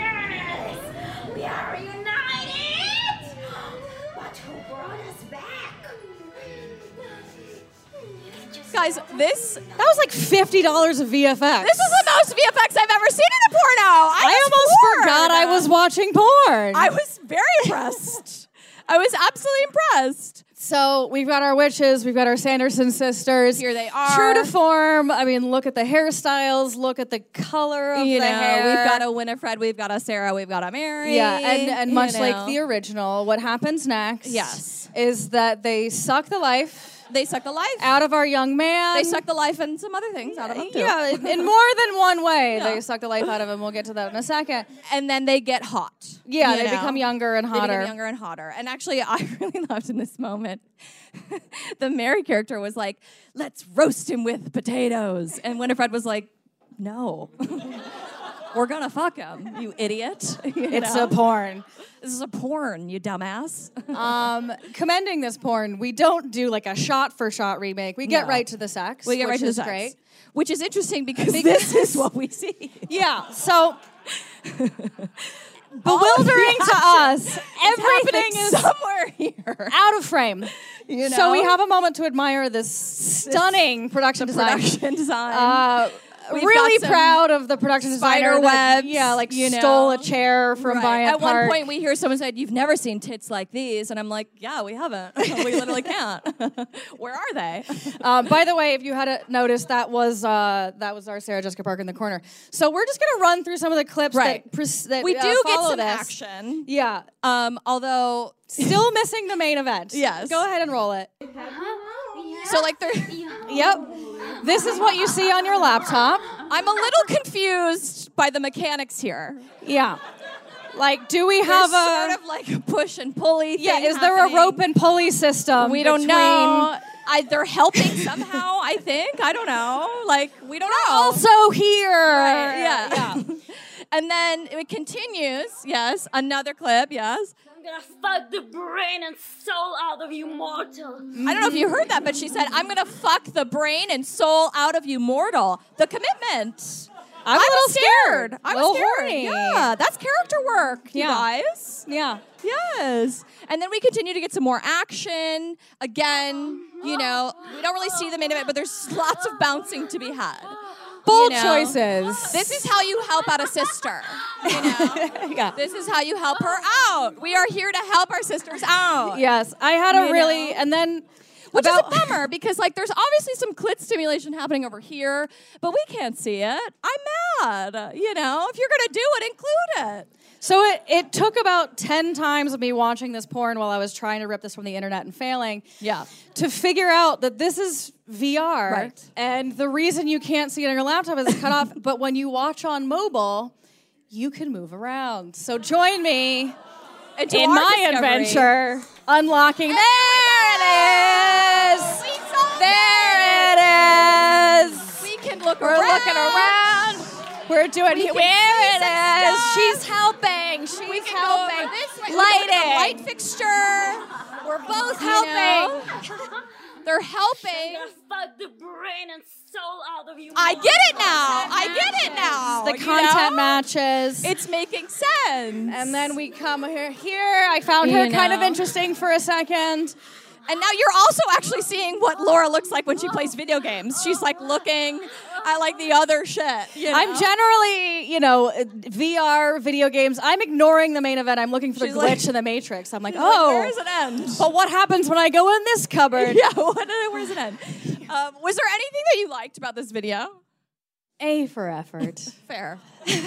Speaker 1: Sisters, we are united. But who brought us back?
Speaker 3: Guys, this
Speaker 4: That was like fifty dollars of VFX.
Speaker 3: this is the most VFX I've ever seen in a porno. I,
Speaker 4: I
Speaker 3: was
Speaker 4: almost
Speaker 3: floored.
Speaker 4: forgot I was watching porn.
Speaker 3: I was very impressed. I was absolutely impressed.
Speaker 4: so we've got our witches, we've got our Sanderson sisters.
Speaker 3: Here they are.
Speaker 4: True to form. I mean, look at the hairstyles, look at the color of
Speaker 3: you
Speaker 4: the
Speaker 3: know,
Speaker 4: hair.
Speaker 3: we've got a Winifred, we've got a Sarah, we've got a Mary.
Speaker 4: yeah, and, and
Speaker 3: you
Speaker 4: much like
Speaker 3: know.
Speaker 4: the original, what happens next
Speaker 3: Yes.
Speaker 4: is that they suck the life
Speaker 3: they suck the life
Speaker 4: out of our young man.
Speaker 3: They suck the life and some other things out of him too.
Speaker 4: Yeah, in- in more than one way, they suck the life out of him. We'll get to that in a second.
Speaker 3: and then they get hot.
Speaker 4: Yeah,
Speaker 3: you
Speaker 4: they
Speaker 3: know?
Speaker 4: become younger and
Speaker 3: They
Speaker 4: hotter.
Speaker 3: become younger and hotter. And actually, I really loved in this moment. the Mary character was like, "Let's roast him with potatoes," and Winifred was like, "No." We're gonna fuck him, you idiot. You
Speaker 4: It's
Speaker 3: know?
Speaker 4: a porn.
Speaker 3: this is a Uh, porn, you dumbass.
Speaker 4: Um, commending this porn, we don't do like a shot for shot remake. We get
Speaker 3: No.
Speaker 4: right to the sex.
Speaker 3: we get right
Speaker 4: which
Speaker 3: to the
Speaker 4: is
Speaker 3: sex,
Speaker 4: Great.
Speaker 3: which is interesting because this is what we see.
Speaker 4: Yeah. So bewildering to us, everything
Speaker 3: happening
Speaker 4: is
Speaker 3: somewhere here.
Speaker 4: out of frame. So
Speaker 3: know?
Speaker 4: we have a moment to admire this stunning production design.
Speaker 3: Production design.
Speaker 4: Uh,
Speaker 3: We've
Speaker 4: really
Speaker 3: got some
Speaker 4: proud of the production designer.
Speaker 3: spider
Speaker 4: that,
Speaker 3: webs.
Speaker 4: Yeah, like
Speaker 3: you
Speaker 4: stole
Speaker 3: know?
Speaker 4: a chair from
Speaker 3: Right.
Speaker 4: Bryant
Speaker 3: At
Speaker 4: Park.
Speaker 3: one point, we hear someone said, "You've never seen tits like these," and I'm like, "Yeah, we haven't. we literally can't. Where are they?"
Speaker 4: um, by the way, if you hadn't noticed, that was uh, that was our Sarah Jessica Parker in the corner. So we're just gonna run through some of the clips
Speaker 3: Right.
Speaker 4: that, pres- that
Speaker 3: we
Speaker 4: uh,
Speaker 3: do get
Speaker 4: follow
Speaker 3: some
Speaker 4: this.
Speaker 3: action.
Speaker 4: Yeah,
Speaker 3: Um, although,
Speaker 4: still missing the main event.
Speaker 3: Yes.
Speaker 4: go ahead and roll it.
Speaker 3: so like, they're-
Speaker 4: Yep, this is what you see on your laptop.
Speaker 3: I'm a little confused by the mechanics here.
Speaker 4: Yeah, like do we
Speaker 3: There's
Speaker 4: have a
Speaker 3: sort of like a push and pulley.
Speaker 4: yeah?
Speaker 3: thing
Speaker 4: Is there a
Speaker 3: happening.
Speaker 4: rope and pulley system?
Speaker 3: We don't
Speaker 4: between-
Speaker 3: know. I, they're helping somehow. I think. I don't know. Like we don't know.
Speaker 4: Also Oh, here.
Speaker 3: Right, yeah. and then it continues. Yes, another clip. Yes.
Speaker 8: I'm gonna fuck the brain and soul out of you, mortal.
Speaker 3: I don't know if you heard that, but she said, "I'm gonna fuck the brain and soul out of you, mortal." The commitment.
Speaker 4: I'm a
Speaker 3: was
Speaker 4: little
Speaker 3: scared.
Speaker 4: scared.
Speaker 3: I was
Speaker 4: Little
Speaker 3: scared.
Speaker 4: horny.
Speaker 3: Yeah, that's character work, you
Speaker 4: Yeah.
Speaker 3: guys.
Speaker 4: Yeah.
Speaker 3: Yes. And then we continue to get some more action. Again, you know, we don't really see them in it, but there's lots of bouncing to be had.
Speaker 4: Bold
Speaker 3: You know?
Speaker 4: choices.
Speaker 3: This is how you help out a sister. You know?
Speaker 4: yeah.
Speaker 3: This is how you help her out. We are here to help our sisters out.
Speaker 4: Yes, I had a
Speaker 3: You
Speaker 4: really
Speaker 3: know?
Speaker 4: and then
Speaker 3: Which
Speaker 4: about
Speaker 3: is a bummer because like there's obviously some clit stimulation happening over here, but we can't see it. I'm mad. You know, if you're gonna do it, include it.
Speaker 4: so it it took about ten times of me watching this porn while I was trying to rip this from the internet and failing.
Speaker 3: Yeah.
Speaker 4: To figure out that this is VR
Speaker 3: Right.
Speaker 4: and the reason you can't see it on your laptop is cut off, but when you watch on mobile, you can move around. So join me
Speaker 3: And to
Speaker 4: in
Speaker 3: our
Speaker 4: my
Speaker 3: discovery-
Speaker 4: adventure unlocking. There it is.
Speaker 3: We saw
Speaker 4: There it is.
Speaker 3: We can look
Speaker 4: We're
Speaker 3: around.
Speaker 4: looking around. We're doing
Speaker 3: We can
Speaker 4: it. Where
Speaker 3: see
Speaker 4: it
Speaker 3: some
Speaker 4: is.
Speaker 3: stuff.
Speaker 4: She's helping. She's
Speaker 3: We can go
Speaker 4: helping.
Speaker 3: over this way. We can look at the
Speaker 4: Lighting.
Speaker 3: light fixture. We're both helping. They're helping.
Speaker 8: I'm gonna fuck the brain and soul out of you.
Speaker 3: I
Speaker 8: mortal.
Speaker 3: get it now. I get it now.
Speaker 4: The
Speaker 3: you
Speaker 4: content
Speaker 3: know?
Speaker 4: matches.
Speaker 3: It's making sense.
Speaker 4: and then we come here. Here, I found her
Speaker 3: You
Speaker 4: kind of
Speaker 3: know.
Speaker 4: interesting for a second.
Speaker 3: And now you're also actually seeing what Laura looks like when she plays video games. She's like looking at like the other shit. You know?
Speaker 4: I'm generally, you know, uh, VR video games. I'm ignoring the main event. I'm looking for
Speaker 3: She's
Speaker 4: the glitch
Speaker 3: like-
Speaker 4: in the matrix. I'm like,
Speaker 3: Like,
Speaker 4: oh,
Speaker 3: where does it end?
Speaker 4: but what happens when I go in this cupboard?
Speaker 3: yeah, what, where does it end? Um, was there anything that you liked about this video?
Speaker 4: A for effort.
Speaker 3: Fair, fair,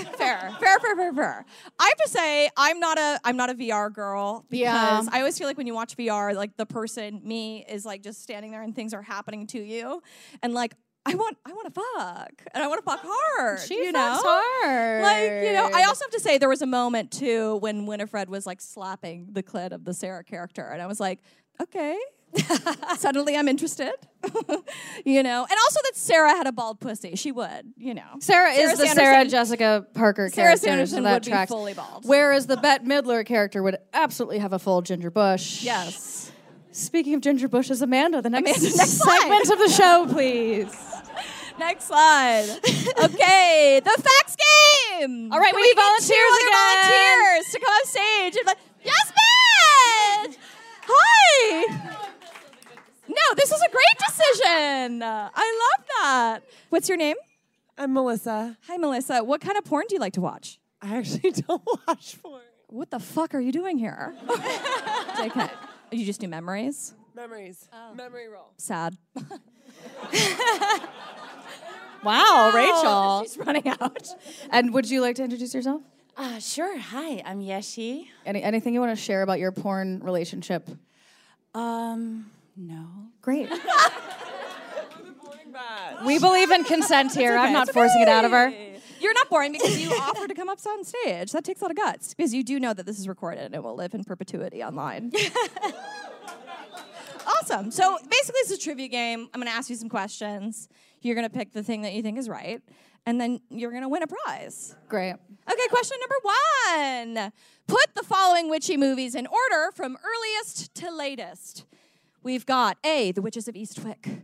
Speaker 3: fair, fair, fair, fair. I have to say, I'm not a I'm not a VR girl because
Speaker 4: Yeah.
Speaker 3: I always feel like when you watch VR, like the person me is like just standing there and things are happening to you, and like I want I want to fuck and I want to fuck hard.
Speaker 4: she
Speaker 3: you
Speaker 4: fucks
Speaker 3: know?
Speaker 4: hard.
Speaker 3: Like, you know, I also have to say there was a moment too when Winifred was like slapping the clit of the Sarah character, and I was like, okay. Suddenly I'm interested. you know. And also that Sarah had a bald pussy. She would, you know.
Speaker 4: Sarah,
Speaker 3: Sarah
Speaker 4: is the
Speaker 3: Sanderson-
Speaker 4: Sarah Jessica Parker
Speaker 3: Sarah
Speaker 4: character. so
Speaker 3: Sanderson
Speaker 4: that
Speaker 3: would be
Speaker 4: tracks.
Speaker 3: fully bald.
Speaker 4: Whereas the Bette Midler character would absolutely have a full ginger bush.
Speaker 3: Yes.
Speaker 4: Speaking of ginger bushes, Amanda, the next,
Speaker 3: Amanda, next slide.
Speaker 4: segment of the show, please.
Speaker 3: Next slide. okay, the facts game.
Speaker 4: All right,
Speaker 3: Can
Speaker 4: we
Speaker 3: we
Speaker 4: need
Speaker 3: get two
Speaker 4: volunteers
Speaker 3: other
Speaker 4: again.
Speaker 3: volunteers to come on stage and like, yes, bitch. Hi. No, this is a great decision. I love that. What's your name?
Speaker 9: I'm Melissa.
Speaker 3: Hi, Melissa. What kind of porn do you like to watch?
Speaker 9: I actually don't watch porn.
Speaker 3: What the fuck are you doing here? JK. You just do memories? Oh.
Speaker 9: Memories. Memory roll.
Speaker 3: Sad. Oh,
Speaker 4: Wow, Rachel.
Speaker 3: She's running out.
Speaker 4: And would you like to introduce yourself?
Speaker 10: Uh, sure. Hi, I'm Yeshi.
Speaker 4: Any, anything you want to share about your porn relationship?
Speaker 10: Um, no.
Speaker 4: Great. we believe in consent here. I'm not forcing it out of her.
Speaker 3: You're not boring because you offered to come up on stage. That takes a lot of guts because you do know that this is recorded and it will live in perpetuity online. awesome. So basically, it's a trivia game. I'm going to ask you some questions. You're going to pick the thing that you think is right, and then you're going to win a prize.
Speaker 4: Great.
Speaker 3: Okay, question number one. Put the following witchy movies in order from earliest to latest. We've got A, The Witches of Eastwick,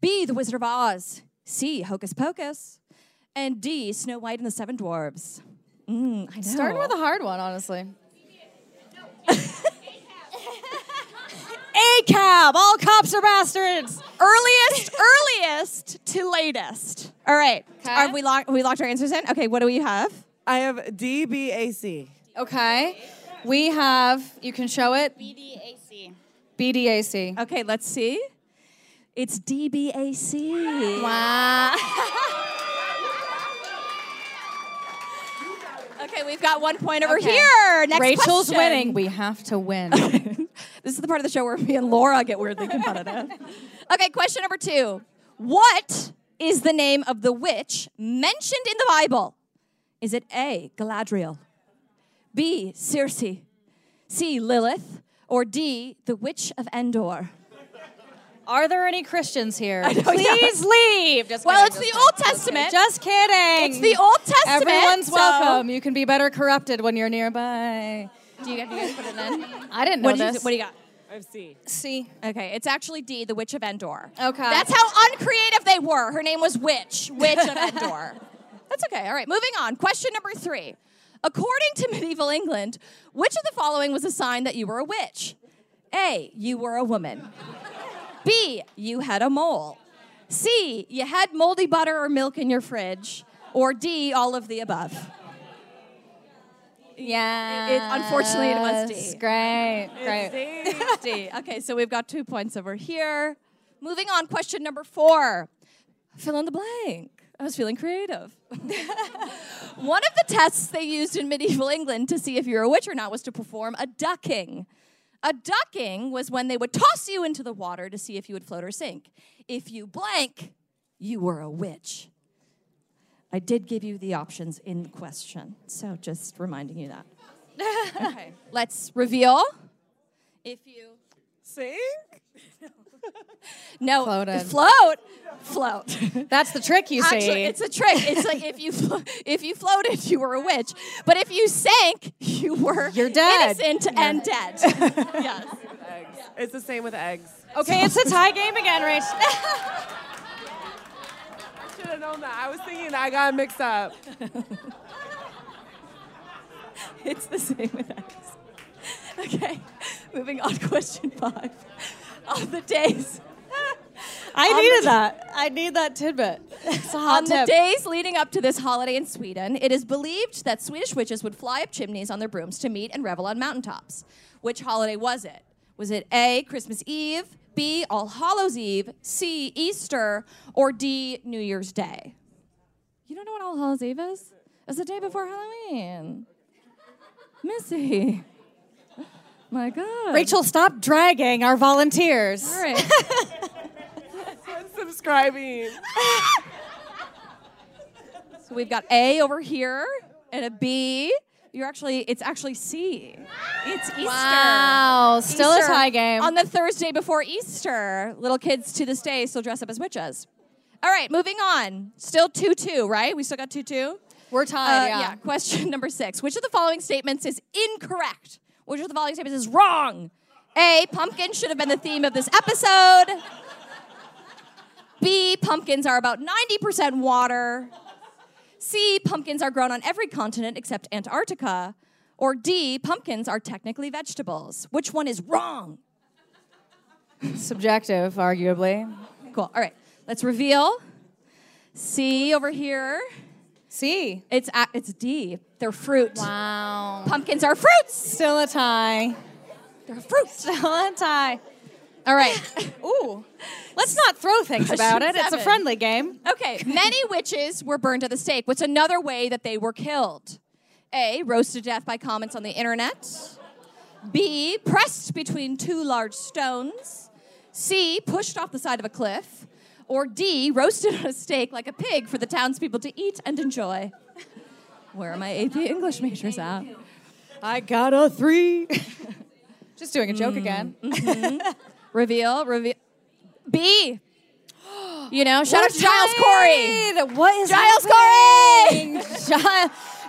Speaker 3: B, The Wizard of Oz, C, Hocus Pocus, and D, Snow White and the Seven Dwarves. Mm, I know.
Speaker 4: Starting with a hard one, honestly.
Speaker 3: A cab, all cops are bastards. Earliest, earliest to latest. All right. Are we locked? We locked our answers in. Okay. What do we have?
Speaker 9: I have D B A C.
Speaker 4: Okay. We have, you can show it. BDAC. BDAC.
Speaker 3: Okay, let's see. It's DBAC.
Speaker 4: Wow.
Speaker 3: Okay, we've got one point over
Speaker 4: Okay.
Speaker 3: here. Next
Speaker 4: Rachel's
Speaker 3: question.
Speaker 4: winning. We have to win.
Speaker 3: This is the part of the show where me and Laura get weirdly competitive. okay, question number two. What is the name of the witch mentioned in the Bible? Is it A, Galadriel, B, Circe, C, Lilith, or D, the Witch of Endor?
Speaker 4: Are there any Christians here?
Speaker 3: yeah.
Speaker 4: Please leave. Just
Speaker 3: Well,
Speaker 4: kidding,
Speaker 3: it's the
Speaker 4: just
Speaker 3: Old
Speaker 4: kidding.
Speaker 3: Testament.
Speaker 4: Just kidding.
Speaker 3: It's the Old Testament,
Speaker 4: Everyone's
Speaker 3: so-
Speaker 4: welcome. You can be better corrupted when you're nearby.
Speaker 3: Do you guys, do you guys put it in?
Speaker 4: I didn't know
Speaker 3: What do you-
Speaker 4: this.
Speaker 3: what do you got?
Speaker 9: I have C.
Speaker 4: See.
Speaker 3: Okay, it's actually D, the Witch of Endor.
Speaker 4: Okay.
Speaker 3: That's how uncreative they were. Her name was Witch, Witch of Endor. That's okay. All right, moving on. Question number three. According to medieval England, which of the following was a sign that you were a witch? A, you were a woman. B, you had a mole. C, you had moldy butter or milk in your fridge. Or D, all of the above.
Speaker 4: Yeah.
Speaker 3: It, unfortunately, it was D.
Speaker 4: Great. Great.
Speaker 3: It's D. Okay, so we've got two points over here. Moving on, question number four. Fill in the blank. I was feeling creative. One of the tests they used in medieval England to see if you're a witch or not was to perform a ducking. A ducking was when they would toss you into the water to see if you would float or sink. If you blank, you were a witch. I did give you the options in the question, so just reminding you that. okay, let's reveal. If you
Speaker 9: Sink?
Speaker 3: no
Speaker 4: Floated.
Speaker 3: float, float.
Speaker 4: That's the trick, you see.
Speaker 3: Actually, it's a trick. It's like if you flo- if you floated, you were a witch, but if you sank, you were
Speaker 4: You're dead.
Speaker 3: innocent and dead. yes.
Speaker 9: It's the same with eggs.
Speaker 4: okay, it's a tie game again, Rach.
Speaker 9: I should have known that. I was thinking I got mixed up.
Speaker 3: It's the same with eggs. Okay, moving on. Question five. On the days.
Speaker 4: I
Speaker 3: On the-
Speaker 4: needed that. I need that tidbit. It's a hot
Speaker 3: on
Speaker 4: tip.
Speaker 3: the days leading up to this holiday in Sweden, it is believed that Swedish witches would fly up chimneys on their brooms to meet and revel on mountaintops. Which holiday was it? Was it A, Christmas Eve, B, All Hallows Eve, C, Easter, or D, New Year's Day? You don't know what All Hallows Eve is? It's the day before Halloween. Missy. My God.
Speaker 4: Rachel, stop dragging our volunteers.
Speaker 3: All right.
Speaker 9: Unsubscribing.
Speaker 3: So we've got A over here and a B. You're actually, it's actually C. It's Easter.
Speaker 4: Wow, still a
Speaker 3: Easter.
Speaker 4: tie game.
Speaker 3: On the Thursday before Easter, little kids to this day still dress up as witches. All right, moving on. Still 2 2, right? We still got 2 2?
Speaker 4: We're tied,
Speaker 3: Uh,
Speaker 4: yeah.
Speaker 3: Question number six. Which of the following statements is incorrect? Which of the following statements is wrong? A. Pumpkin should have been the theme of this episode. B. Pumpkins are about 90% water. C. Pumpkins are grown on every continent except Antarctica. Or D. Pumpkins are technically vegetables. Which one is wrong?
Speaker 4: Subjective, arguably.
Speaker 3: Cool. All right. Let's reveal. C over here.
Speaker 4: C.
Speaker 3: It's a, it's D. They're fruit.
Speaker 4: Wow.
Speaker 3: Pumpkins are fruits.
Speaker 4: Still a tie.
Speaker 3: They're fruit.
Speaker 4: Still a tie.
Speaker 3: All right.
Speaker 4: Ooh. Let's not throw things about it.
Speaker 3: Question
Speaker 4: It's a
Speaker 3: seven.
Speaker 4: friendly game.
Speaker 3: Okay, many witches were burned at the stake. What's another way that they were killed? A, roasted to death by comments on the internet. B, pressed between two large stones. C, pushed off the side of a cliff. Or D, roasted on a stake like a pig for the townspeople to eat and enjoy. Where are my AP English majors at?
Speaker 4: I got a three. Just doing a joke
Speaker 3: Hmm.
Speaker 4: again.
Speaker 3: Reveal, reveal. B. You know, shout out
Speaker 4: What
Speaker 3: to Giles Corey.
Speaker 4: tied. What is
Speaker 3: Giles
Speaker 4: happening?
Speaker 3: Corey!
Speaker 4: Gi-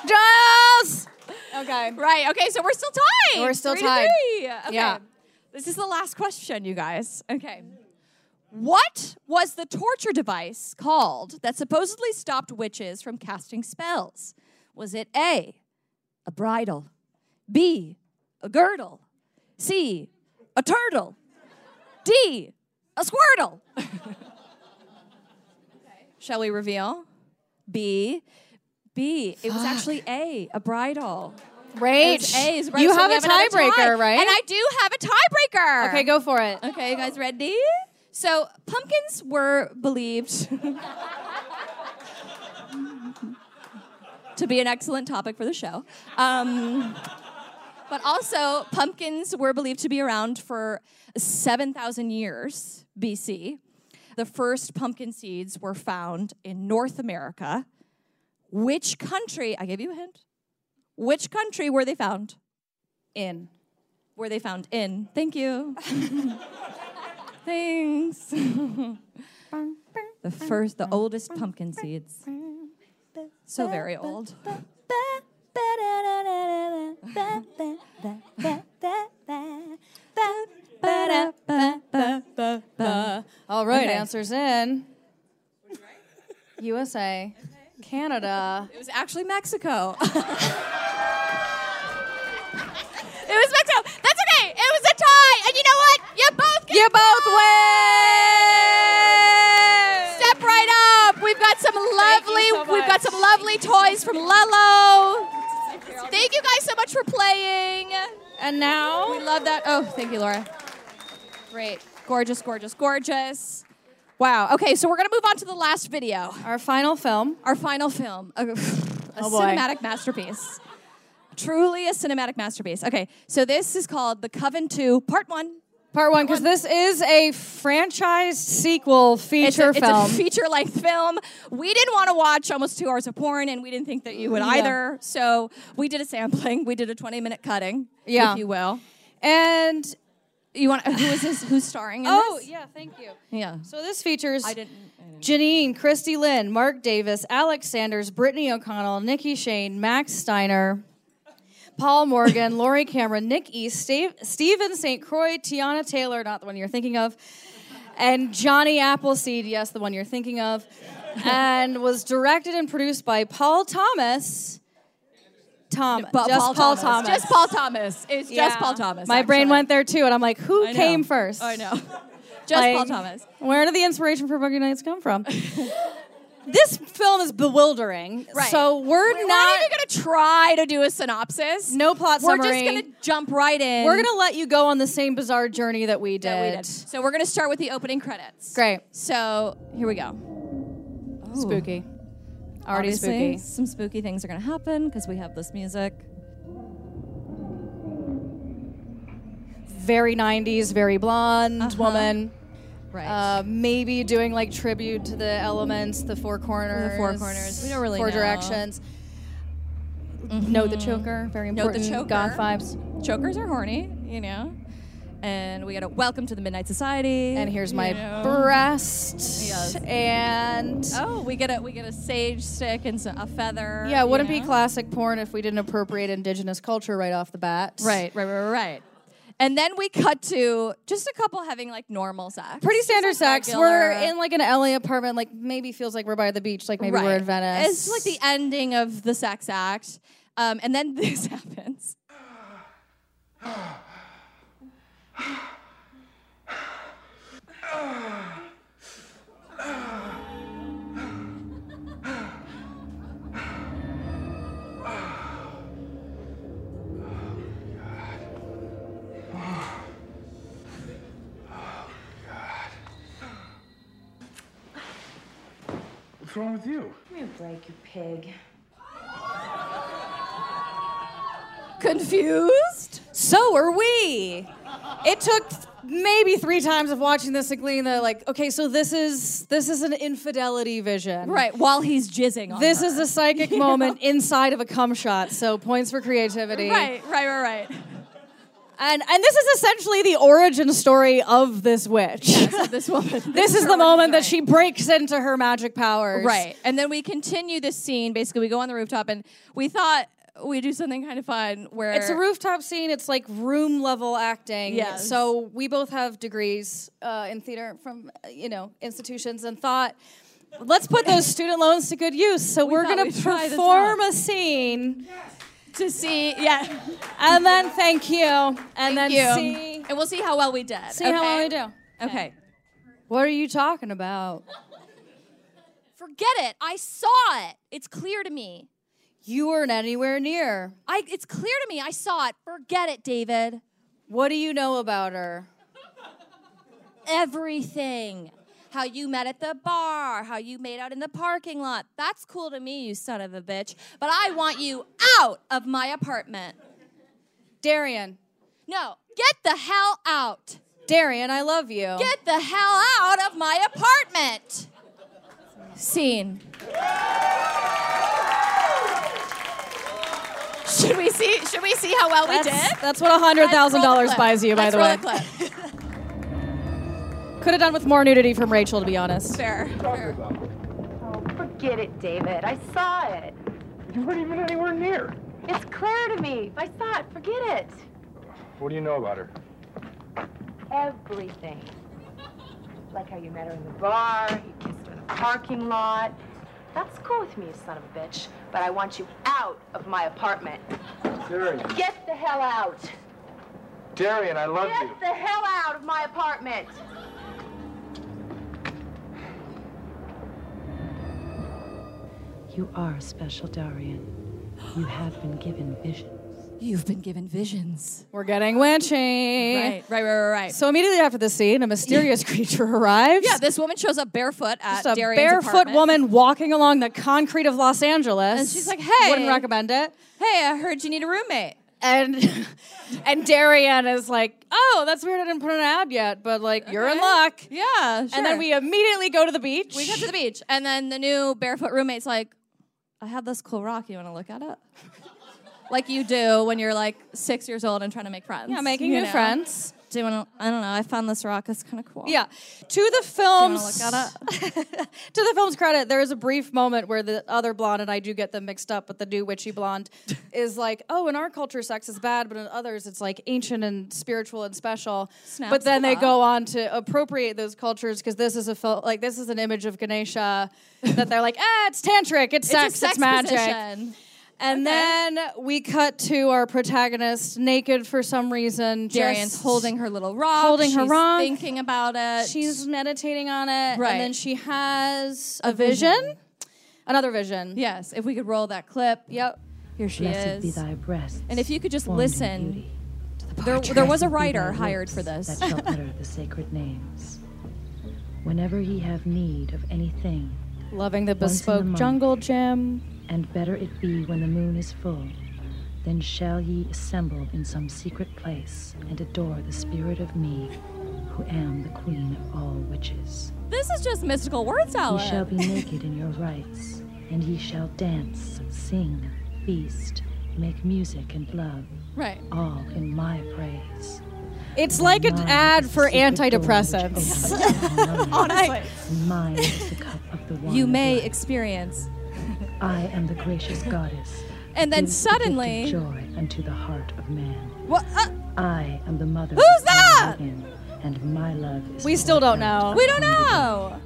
Speaker 4: Giles. Okay.
Speaker 3: Right. Okay. So we're still tied.
Speaker 4: We're still
Speaker 3: Three to
Speaker 4: tied.
Speaker 3: three. Okay.
Speaker 4: Yeah.
Speaker 3: This is the last question, you guys. Okay. What was the torture device called that supposedly stopped witches from casting spells? Was it A, a bridle, B, a girdle, C, a turtle, D, a squirtle? Shall we reveal? B. B. It was actually A, a bridal.
Speaker 4: Rach,
Speaker 3: It was A, is
Speaker 4: you
Speaker 3: so
Speaker 4: have
Speaker 3: we
Speaker 4: a
Speaker 3: another
Speaker 4: tiebreaker,
Speaker 3: tie.
Speaker 4: right?
Speaker 3: And I do have a tiebreaker.
Speaker 4: Okay, go for it.
Speaker 3: Okay, you guys ready? So pumpkins were believed to be an excellent topic for the show. Um, but also, pumpkins were believed to be around for 7,000 years BC. The first pumpkin seeds were found in North America. Which country, I gave you a hint, which country were they found?
Speaker 4: In.
Speaker 3: Were they found in? Thank you. Thanks. the first, the oldest pumpkin seeds. So very old.
Speaker 4: All right,
Speaker 3: Okay.
Speaker 4: answers in. USA, Canada.
Speaker 3: It was actually Mexico. it was Mexico. That's okay. It was a tie. And you know what? You both You both win. Step right up. We've got some lovely
Speaker 2: so
Speaker 3: we've
Speaker 2: much.
Speaker 3: got some lovely toys from Lello. Thank you guys so much for playing. And now we love that. Oh, thank you, Laura. Great. Gorgeous, gorgeous, gorgeous. Wow. Okay, so we're gonna move on to the last video.
Speaker 4: Our final film.
Speaker 3: Our final film. A, a
Speaker 4: Oh, boy.
Speaker 3: cinematic masterpiece. Truly a cinematic masterpiece. Okay, so this is called The Coven 2, Part 1.
Speaker 4: Part one, because this is a franchise sequel
Speaker 3: It's a,
Speaker 4: feature
Speaker 3: it's
Speaker 4: film.
Speaker 3: a feature-length film. We didn't want to watch almost two hours of porn, and we didn't think that you would
Speaker 4: Yeah.
Speaker 3: either. So we did a sampling. We did a 20-minute cutting,
Speaker 4: Yeah.
Speaker 3: if you will.
Speaker 4: And
Speaker 3: you want who is this? Who's starring? in
Speaker 4: oh
Speaker 3: this?
Speaker 4: yeah, thank you.
Speaker 3: yeah.
Speaker 4: So this features
Speaker 3: I didn't.
Speaker 4: Janine, Christy Lynn, Mark Davis, Alex Sanders, Brittany O'Connell, Nikki Shane, Max Steiner, Paul Morgan, Lori Cameron, Nick East, Steve, Stephen St. Croix, Tiana Taylor, not the one you're thinking of, and Johnny Appleseed, yes, the one you're thinking of, and was directed and produced by Paul Thomas. Tom,
Speaker 3: But
Speaker 4: just Paul, Thomas.
Speaker 3: Just Paul Thomas. It's just
Speaker 4: Yeah.
Speaker 3: Paul Thomas.
Speaker 4: My brain
Speaker 3: actually.
Speaker 4: went there too, and I'm like, who
Speaker 3: I know.
Speaker 4: came first?
Speaker 3: I know. Just Paul
Speaker 4: Like,
Speaker 3: Thomas.
Speaker 4: Where did the inspiration for Boogie Nights come from? this film is bewildering.
Speaker 3: Right.
Speaker 4: So we're,
Speaker 3: We're
Speaker 4: not,
Speaker 3: not even gonna try to do a synopsis.
Speaker 4: No plot
Speaker 3: We're
Speaker 4: summary.
Speaker 3: just gonna jump right in.
Speaker 4: We're gonna let you go on the same bizarre journey that we did.
Speaker 3: That we did. So we're gonna start with the opening credits.
Speaker 4: Great.
Speaker 3: So here we go.
Speaker 4: Spooky. Already
Speaker 3: Obviously,
Speaker 4: spooky.
Speaker 3: Some spooky things are gonna happen because we have this music.
Speaker 4: Very 90s, very blonde woman.
Speaker 3: Uh-huh. Right.
Speaker 4: Uh, maybe doing like tribute to the elements, the four corners,
Speaker 3: The four corners. We don't really
Speaker 4: four
Speaker 3: know. Mm-hmm.
Speaker 4: directions. Note the choker, very
Speaker 3: Note the choker.
Speaker 4: important. Goth vibes.
Speaker 3: Chokers are horny, you know. And we got a welcome to the Midnight Society.
Speaker 4: And here's my
Speaker 3: you know.
Speaker 4: breast.
Speaker 3: Yes.
Speaker 4: And
Speaker 3: Oh, we get a we get a sage stick and some, a feather.
Speaker 4: Yeah, it
Speaker 3: you
Speaker 4: wouldn't be
Speaker 3: know?
Speaker 4: classic porn if we didn't appropriate indigenous culture right off the bat.
Speaker 3: Right, right, right, right, right. And then we cut to just a couple having like normal sex.
Speaker 4: Pretty
Speaker 3: Just,
Speaker 4: standard
Speaker 3: like,
Speaker 4: sex.
Speaker 3: regular-
Speaker 4: We're in like an LA apartment, like maybe feels like we're by the beach, like maybe we're
Speaker 3: Right.
Speaker 4: in Venice.
Speaker 3: It's just like the ending of the sex act. Um, and then this happens.
Speaker 11: What's wrong with you?
Speaker 12: Give me a break, you pig.
Speaker 3: Confused?
Speaker 4: So are we. It took th- maybe three times of watching this and gleaning that like, okay, so this is this is an infidelity vision.
Speaker 3: Right, while he's jizzing on
Speaker 4: This
Speaker 3: her.
Speaker 4: is a psychic
Speaker 3: You know?
Speaker 4: moment inside of a cum shot, so points for creativity.
Speaker 3: Right, right, right, right.
Speaker 4: And and this is essentially the origin story of this witch.
Speaker 3: this woman.
Speaker 4: this is the moment that she breaks into her magic powers.
Speaker 3: Right. And then we continue this scene. Basically, we go on the rooftop and we thought we do something kind of fun where
Speaker 4: It's a rooftop scene. It's like room level acting.
Speaker 3: Yes.
Speaker 4: So we both have degrees uh, in theater from uh, you know institutions and thought, let's put those student loans to good use. So we are
Speaker 3: thought
Speaker 4: gonna
Speaker 3: we'd try this
Speaker 4: perform a scene
Speaker 3: to see. Yeah.
Speaker 4: and then thank you and then
Speaker 3: you.
Speaker 4: see
Speaker 3: And we'll see how well we did.
Speaker 4: see how well
Speaker 3: okay?
Speaker 4: we do.
Speaker 3: Okay.
Speaker 4: What are you talking about?
Speaker 3: get it. I saw it. It's clear to me.
Speaker 4: You weren't anywhere near.
Speaker 3: I it's clear to me. I saw it. Forget it, David.
Speaker 4: What do you know about her?
Speaker 3: Everything. How you met at the bar, how you made out in the parking lot. That's cool to me, you son of a bitch. But I want you out of my apartment.
Speaker 4: Darian.
Speaker 3: No, get the hell out.
Speaker 4: Darian, I love you.
Speaker 3: Get the hell out of my apartment. Scene. Should we see? Should we see how well we
Speaker 4: That's-
Speaker 3: did?
Speaker 4: That's what hundred thousand dollars buys you, by
Speaker 3: Let's
Speaker 4: the
Speaker 3: roll
Speaker 4: way.
Speaker 3: clip.
Speaker 4: Could have done with more nudity from Rachel, to be honest.
Speaker 3: Fair.
Speaker 11: Forget it, David. I saw it. You weren't even anywhere near. It's clear to me. I saw it. Forget it.
Speaker 12: What do you know about her?
Speaker 11: Everything. Like how you met her in the bar, you kissed her in the parking lot. That's cool with me, you son of a bitch. But I want you out of my apartment.
Speaker 12: Darian.
Speaker 11: Get the hell out.
Speaker 12: Darian, I love
Speaker 11: Get
Speaker 12: you.
Speaker 11: the hell out of my apartment.
Speaker 13: You are special, Darian. You have been given vision.
Speaker 3: You've been given visions.
Speaker 4: We're getting witchy.
Speaker 3: Right, right, right, right, right.
Speaker 4: Eh. So immediately after the scene, a mysterious creature arrives.
Speaker 3: Yeah, this woman shows up barefoot at
Speaker 4: Just a
Speaker 3: Darian's
Speaker 4: barefoot
Speaker 3: apartment.
Speaker 4: woman walking along the concrete of Los Angeles.
Speaker 3: And she's like, "Hey."
Speaker 4: wouldn't recommend it."
Speaker 3: Hey, I heard you need a roommate.
Speaker 4: And and Darian is like, "Oh, that's weird. I didn't put an ad yet, but like, you're in luck."
Speaker 3: Yeah, sure.
Speaker 4: And then we immediately go to the beach.
Speaker 3: We cut to the beach, and then the new barefoot roommate's like, "I have this cool rock. You want to look at it?" like you do when you're like six years old and trying to make friends.
Speaker 4: Yeah, making
Speaker 3: you
Speaker 4: new friends.
Speaker 3: Do you want to? I don't know. I found this rock. It's kind of cool.
Speaker 4: Yeah. um, To the film's to the film's credit, there is a brief moment where the other blonde and I do get them mixed up, but the new witchy blonde is like, "Oh, in our culture, sex is bad, but in others, it's like ancient and spiritual and special."
Speaker 3: Snaps
Speaker 4: but then
Speaker 3: them
Speaker 4: they
Speaker 3: up.
Speaker 4: go on to appropriate those cultures because this is a fil- like this is an image of Ganesha that they're like, "Ah, it's tantric,
Speaker 3: It's
Speaker 4: it's,
Speaker 3: a
Speaker 4: sex,
Speaker 3: sex
Speaker 4: it's magic."
Speaker 3: position.
Speaker 4: And then we cut to our protagonist naked for some reason.
Speaker 3: Darian's
Speaker 4: just
Speaker 3: holding her little rock.
Speaker 4: Holding her
Speaker 3: She's
Speaker 4: rock.
Speaker 3: Thinking about it.
Speaker 4: She's meditating on it.
Speaker 3: Right.
Speaker 4: And then she has a,
Speaker 3: A
Speaker 4: vision.
Speaker 3: vision.
Speaker 4: Another vision.
Speaker 3: Yes. If we could roll that clip.
Speaker 4: Yep.
Speaker 3: Here she
Speaker 13: Blessed
Speaker 3: is.
Speaker 13: be thy breasts.
Speaker 3: and if you could just
Speaker 13: formed in
Speaker 3: listen,
Speaker 13: beauty.
Speaker 3: there, there
Speaker 13: Blessed
Speaker 3: was a
Speaker 13: be thy
Speaker 3: writer hired
Speaker 13: lips
Speaker 3: for this.
Speaker 13: That shall utter the sacred names. Whenever ye have need of anything,
Speaker 4: Loving the
Speaker 13: Once in a
Speaker 4: bespoke
Speaker 13: month.
Speaker 4: jungle gym.
Speaker 13: and better it be when the moon is full, then shall ye assemble in some secret place and adore the spirit of me, who am the queen of all witches.
Speaker 3: This is just mystical word
Speaker 4: Oh,
Speaker 3: salad.
Speaker 4: uh.
Speaker 13: Ye shall be naked in your rights, and ye shall dance, sing, feast, make music and love,
Speaker 3: Right.
Speaker 13: all in my praise.
Speaker 4: It's like an ad for
Speaker 13: Which
Speaker 4: antidepressants.
Speaker 13: opens
Speaker 3: Honestly.
Speaker 13: my Mine is the cup of the wine.
Speaker 3: You
Speaker 13: of
Speaker 3: may
Speaker 13: life.
Speaker 3: experience.
Speaker 13: I am the gracious goddess.
Speaker 3: And then
Speaker 13: who is the gift of
Speaker 3: suddenly-
Speaker 13: joy unto the heart of man.
Speaker 3: What? Uh,
Speaker 13: I am the mother.
Speaker 3: Who's
Speaker 13: of all
Speaker 3: that?
Speaker 13: living, and my love is.
Speaker 4: We still
Speaker 13: poured
Speaker 4: don't
Speaker 13: out
Speaker 4: know.
Speaker 3: we don't
Speaker 13: upon the
Speaker 3: know.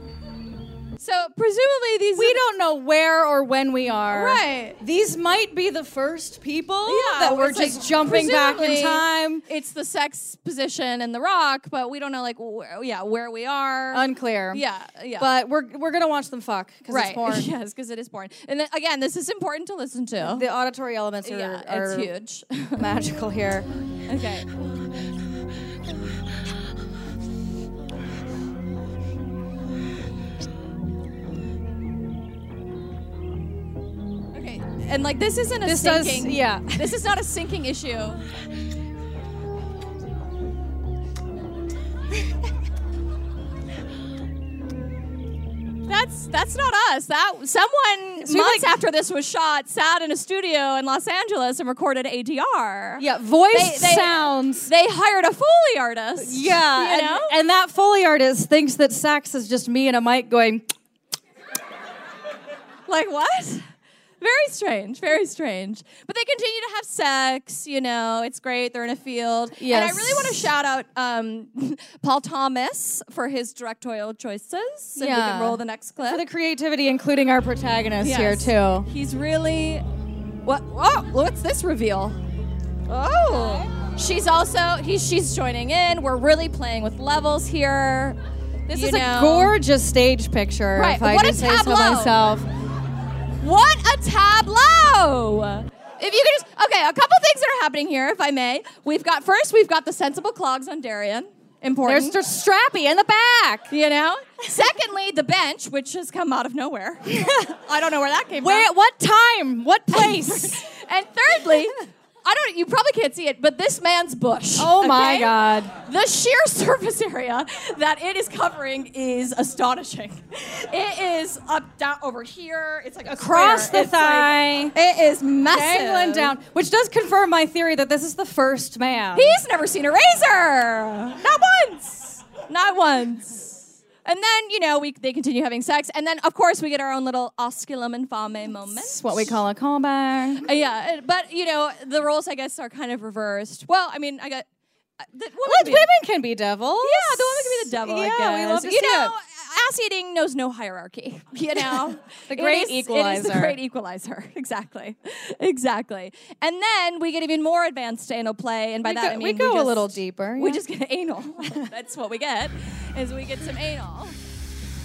Speaker 3: So presumably these.
Speaker 4: We don't know where or when we are.
Speaker 3: Right.
Speaker 4: These might be the first people
Speaker 3: Yeah,
Speaker 4: that we're
Speaker 3: it's like,
Speaker 4: just jumping back in
Speaker 3: presumably
Speaker 4: time.
Speaker 3: It's the sex position and the rock, but we don't know like where, yeah where we are.
Speaker 4: Unclear.
Speaker 3: Yeah, yeah.
Speaker 4: But we're we're gonna watch them fuck because
Speaker 3: right.
Speaker 4: it's porn.
Speaker 3: yes, because it is porn. And then, again, this is important to listen to.
Speaker 4: The auditory elements are,
Speaker 3: yeah,
Speaker 4: are
Speaker 3: it's huge.
Speaker 4: magical here.
Speaker 3: okay. Okay, And like this isn't a
Speaker 4: This does-
Speaker 3: sinking.
Speaker 4: yeah.
Speaker 3: This is not a sinking issue. That's that's not us. That someone
Speaker 4: So you,
Speaker 3: months
Speaker 4: like-
Speaker 3: after this was shot sat in a studio in Los Angeles and recorded ADR.
Speaker 4: Yeah, voice
Speaker 3: They- they-
Speaker 4: sounds.
Speaker 3: They hired a Foley artist.
Speaker 4: Yeah,
Speaker 3: you
Speaker 4: and,
Speaker 3: know?
Speaker 4: and that Foley artist thinks that sax is just me and a mic going.
Speaker 3: like what? Very strange, very strange. But they continue to have sex. You know, it's great. They're in a field. And I really want to
Speaker 4: Yes.
Speaker 3: shout out um, Paul Thomas for his directorial choices. If we
Speaker 4: Yeah.
Speaker 3: can roll the next clip.
Speaker 4: For the creativity, including our protagonist
Speaker 3: Yes.
Speaker 4: here too.
Speaker 3: He's really. What? Oh, what's this reveal? Oh, she's also he's she's joining in. We're really playing with levels here.
Speaker 4: This
Speaker 3: you
Speaker 4: is
Speaker 3: know?
Speaker 4: a gorgeous stage picture.
Speaker 3: Right,
Speaker 4: If I
Speaker 3: what a
Speaker 4: do say so
Speaker 3: tableau.
Speaker 4: myself.
Speaker 3: What a tableau! If you could just, okay, a couple things that are happening here, if I may. We've got, first, we've got the sensible clogs on Darian. Important.
Speaker 4: There's Mr. Strappy in the back.
Speaker 3: You know? Secondly, the bench, which has come out of nowhere. I don't know where that came
Speaker 4: Where-
Speaker 3: from.
Speaker 4: what time? What place?
Speaker 3: and thirdly, I don't, you probably can't see it, but this man's bush.
Speaker 4: Oh my
Speaker 3: okay?
Speaker 4: God.
Speaker 3: The sheer surface area that it is covering is astonishing. It is up, down, over here. It's like a
Speaker 4: Across
Speaker 3: square.
Speaker 4: the
Speaker 3: It's like-
Speaker 4: thigh.
Speaker 3: it is massive.
Speaker 4: Dangling down, which does confirm my theory that this is the first man.
Speaker 3: He's never seen a razor. Not once. Not once. And then, you know, we, they continue having sex. And then, of course, we get our own little osculum and fame moment.
Speaker 4: That's what we call a callback.
Speaker 3: Uh, yeah, uh, but, you know, the roles, I guess, are kind of reversed. Well, I mean, I got. uh, The woman
Speaker 4: Well,
Speaker 3: can be-
Speaker 4: women can be devils.
Speaker 3: yeah, the woman can be the devil. I
Speaker 4: Yeah, we love
Speaker 3: guess.
Speaker 4: to
Speaker 3: You
Speaker 4: see
Speaker 3: know,
Speaker 4: it.
Speaker 3: ass eating knows no hierarchy. You know,
Speaker 4: The
Speaker 3: It
Speaker 4: great
Speaker 3: is- It is the
Speaker 4: equalizer.
Speaker 3: great equalizer. Exactly, exactly. And then we get even more advanced anal play, and by
Speaker 4: We
Speaker 3: that
Speaker 4: go-
Speaker 3: I mean
Speaker 4: we go a little
Speaker 3: just-
Speaker 4: deeper,
Speaker 3: We
Speaker 4: yeah.
Speaker 3: just get anal. That's what we get. Is we get some anal,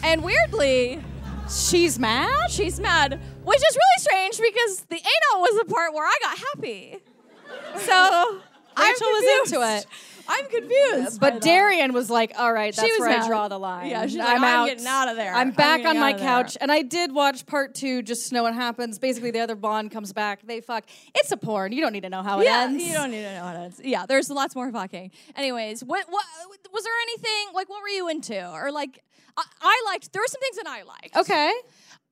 Speaker 3: and weirdly.
Speaker 4: She's mad?
Speaker 3: She's mad, which is really strange because the anal was the part where I got happy. So
Speaker 4: Rachel
Speaker 3: I'm
Speaker 4: was into
Speaker 3: confused.
Speaker 4: it.
Speaker 3: I'm confused. by
Speaker 4: But
Speaker 3: that.
Speaker 4: Darian was like, all right,
Speaker 3: She
Speaker 4: that's
Speaker 3: was
Speaker 4: where
Speaker 3: mad.
Speaker 4: I draw the line.
Speaker 3: Yeah, she's like,
Speaker 4: I'm
Speaker 3: "I'm
Speaker 4: out.
Speaker 3: getting out of there. I'm
Speaker 4: I'm back
Speaker 3: getting
Speaker 4: on
Speaker 3: out
Speaker 4: my
Speaker 3: of there."
Speaker 4: couch. And I did watch part two just to know what happens. Basically, the other Bond comes back. They fuck. It's a porn. You don't need to know how it
Speaker 3: yeah,
Speaker 4: ends.
Speaker 3: You don't need to know how it ends. Yeah, there's lots more fucking. Anyways, what what was there anything like? What were you into? Or like, I, I liked. There were some things that I liked.
Speaker 4: Okay.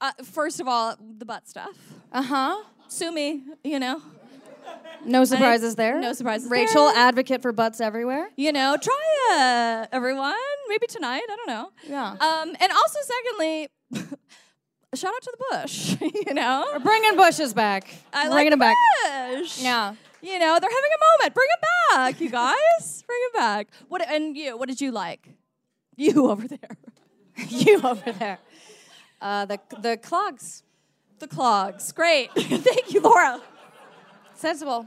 Speaker 3: Uh, first of all, the butt stuff.
Speaker 4: Uh huh.
Speaker 3: Sue me, you know.
Speaker 4: No surprises there.
Speaker 3: no surprises
Speaker 4: Rachel,
Speaker 3: there.
Speaker 4: advocate for butts everywhere.
Speaker 3: You know, try uh, everyone. Maybe tonight. I don't know.
Speaker 4: Yeah.
Speaker 3: Um, and also, secondly, shout out to the bush. You know,
Speaker 4: We're bringing bushes back.
Speaker 3: I like
Speaker 4: bringing them back.
Speaker 3: Bush.
Speaker 4: Yeah.
Speaker 3: You know, they're having a moment. Bring it back, you guys. Bring it back. What and you? What did you like? You over there.
Speaker 4: you over there. Uh, the the clogs.
Speaker 3: The clogs. Great. Thank you, Laura.
Speaker 4: Sensible.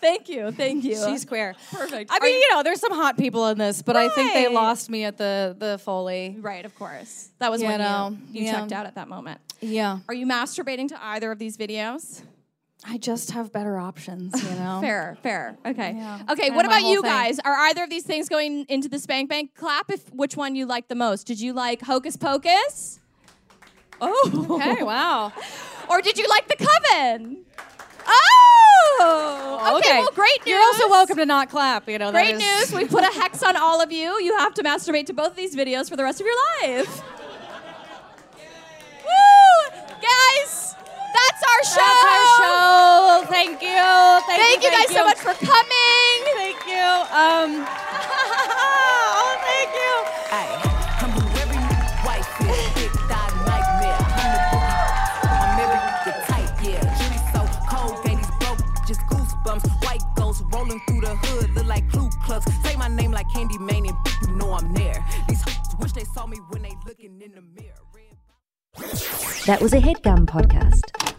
Speaker 3: Thank you. Thank you.
Speaker 4: She's queer.
Speaker 3: Perfect.
Speaker 4: I
Speaker 3: Are
Speaker 4: mean, you know, there's some hot people in this, but I think they
Speaker 3: Right.
Speaker 4: lost me at the the Foley.
Speaker 3: Right. Of course. That was
Speaker 4: You
Speaker 3: when
Speaker 4: know,
Speaker 3: you, you
Speaker 4: yeah.
Speaker 3: checked out at that moment.
Speaker 4: Yeah.
Speaker 3: Are you masturbating to either of these videos?
Speaker 4: I just have better options, you know.
Speaker 3: Fair, fair. Okay.
Speaker 4: Yeah.
Speaker 3: Okay,
Speaker 4: Kinda
Speaker 3: what
Speaker 4: my
Speaker 3: about
Speaker 4: whole
Speaker 3: you
Speaker 4: thing.
Speaker 3: guys? Are either of these things going into the spank bank? Clap if which one you liked the most. Did you like Hocus Pocus? Oh.
Speaker 4: Okay, wow.
Speaker 3: Or did you like The Coven? Oh. Okay, well, great news.
Speaker 4: You're also welcome to not clap, you know. that
Speaker 3: Great
Speaker 4: is-
Speaker 3: news. We put a hex on all of you. You have to masturbate to both of these videos for the rest of your life. Woo! Guys, that's our show.
Speaker 4: That's our show. Thank you. Thank,
Speaker 3: Thank
Speaker 4: you,
Speaker 3: you guys so much for coming.
Speaker 4: Thank you. Um, oh, thank you.
Speaker 1: I'm a weary white fit, big thigh nightmare. I'm the booty, I'm married with the tight, yeah. Cutie so cold, gave these broke, just goosebumps. White ghosts rolling through the hood, look like Ku Klux. Say my name like Candy Man and you know I'm there. These hoes wish they saw me when they looking in the mirror.
Speaker 14: That was a headgum podcast.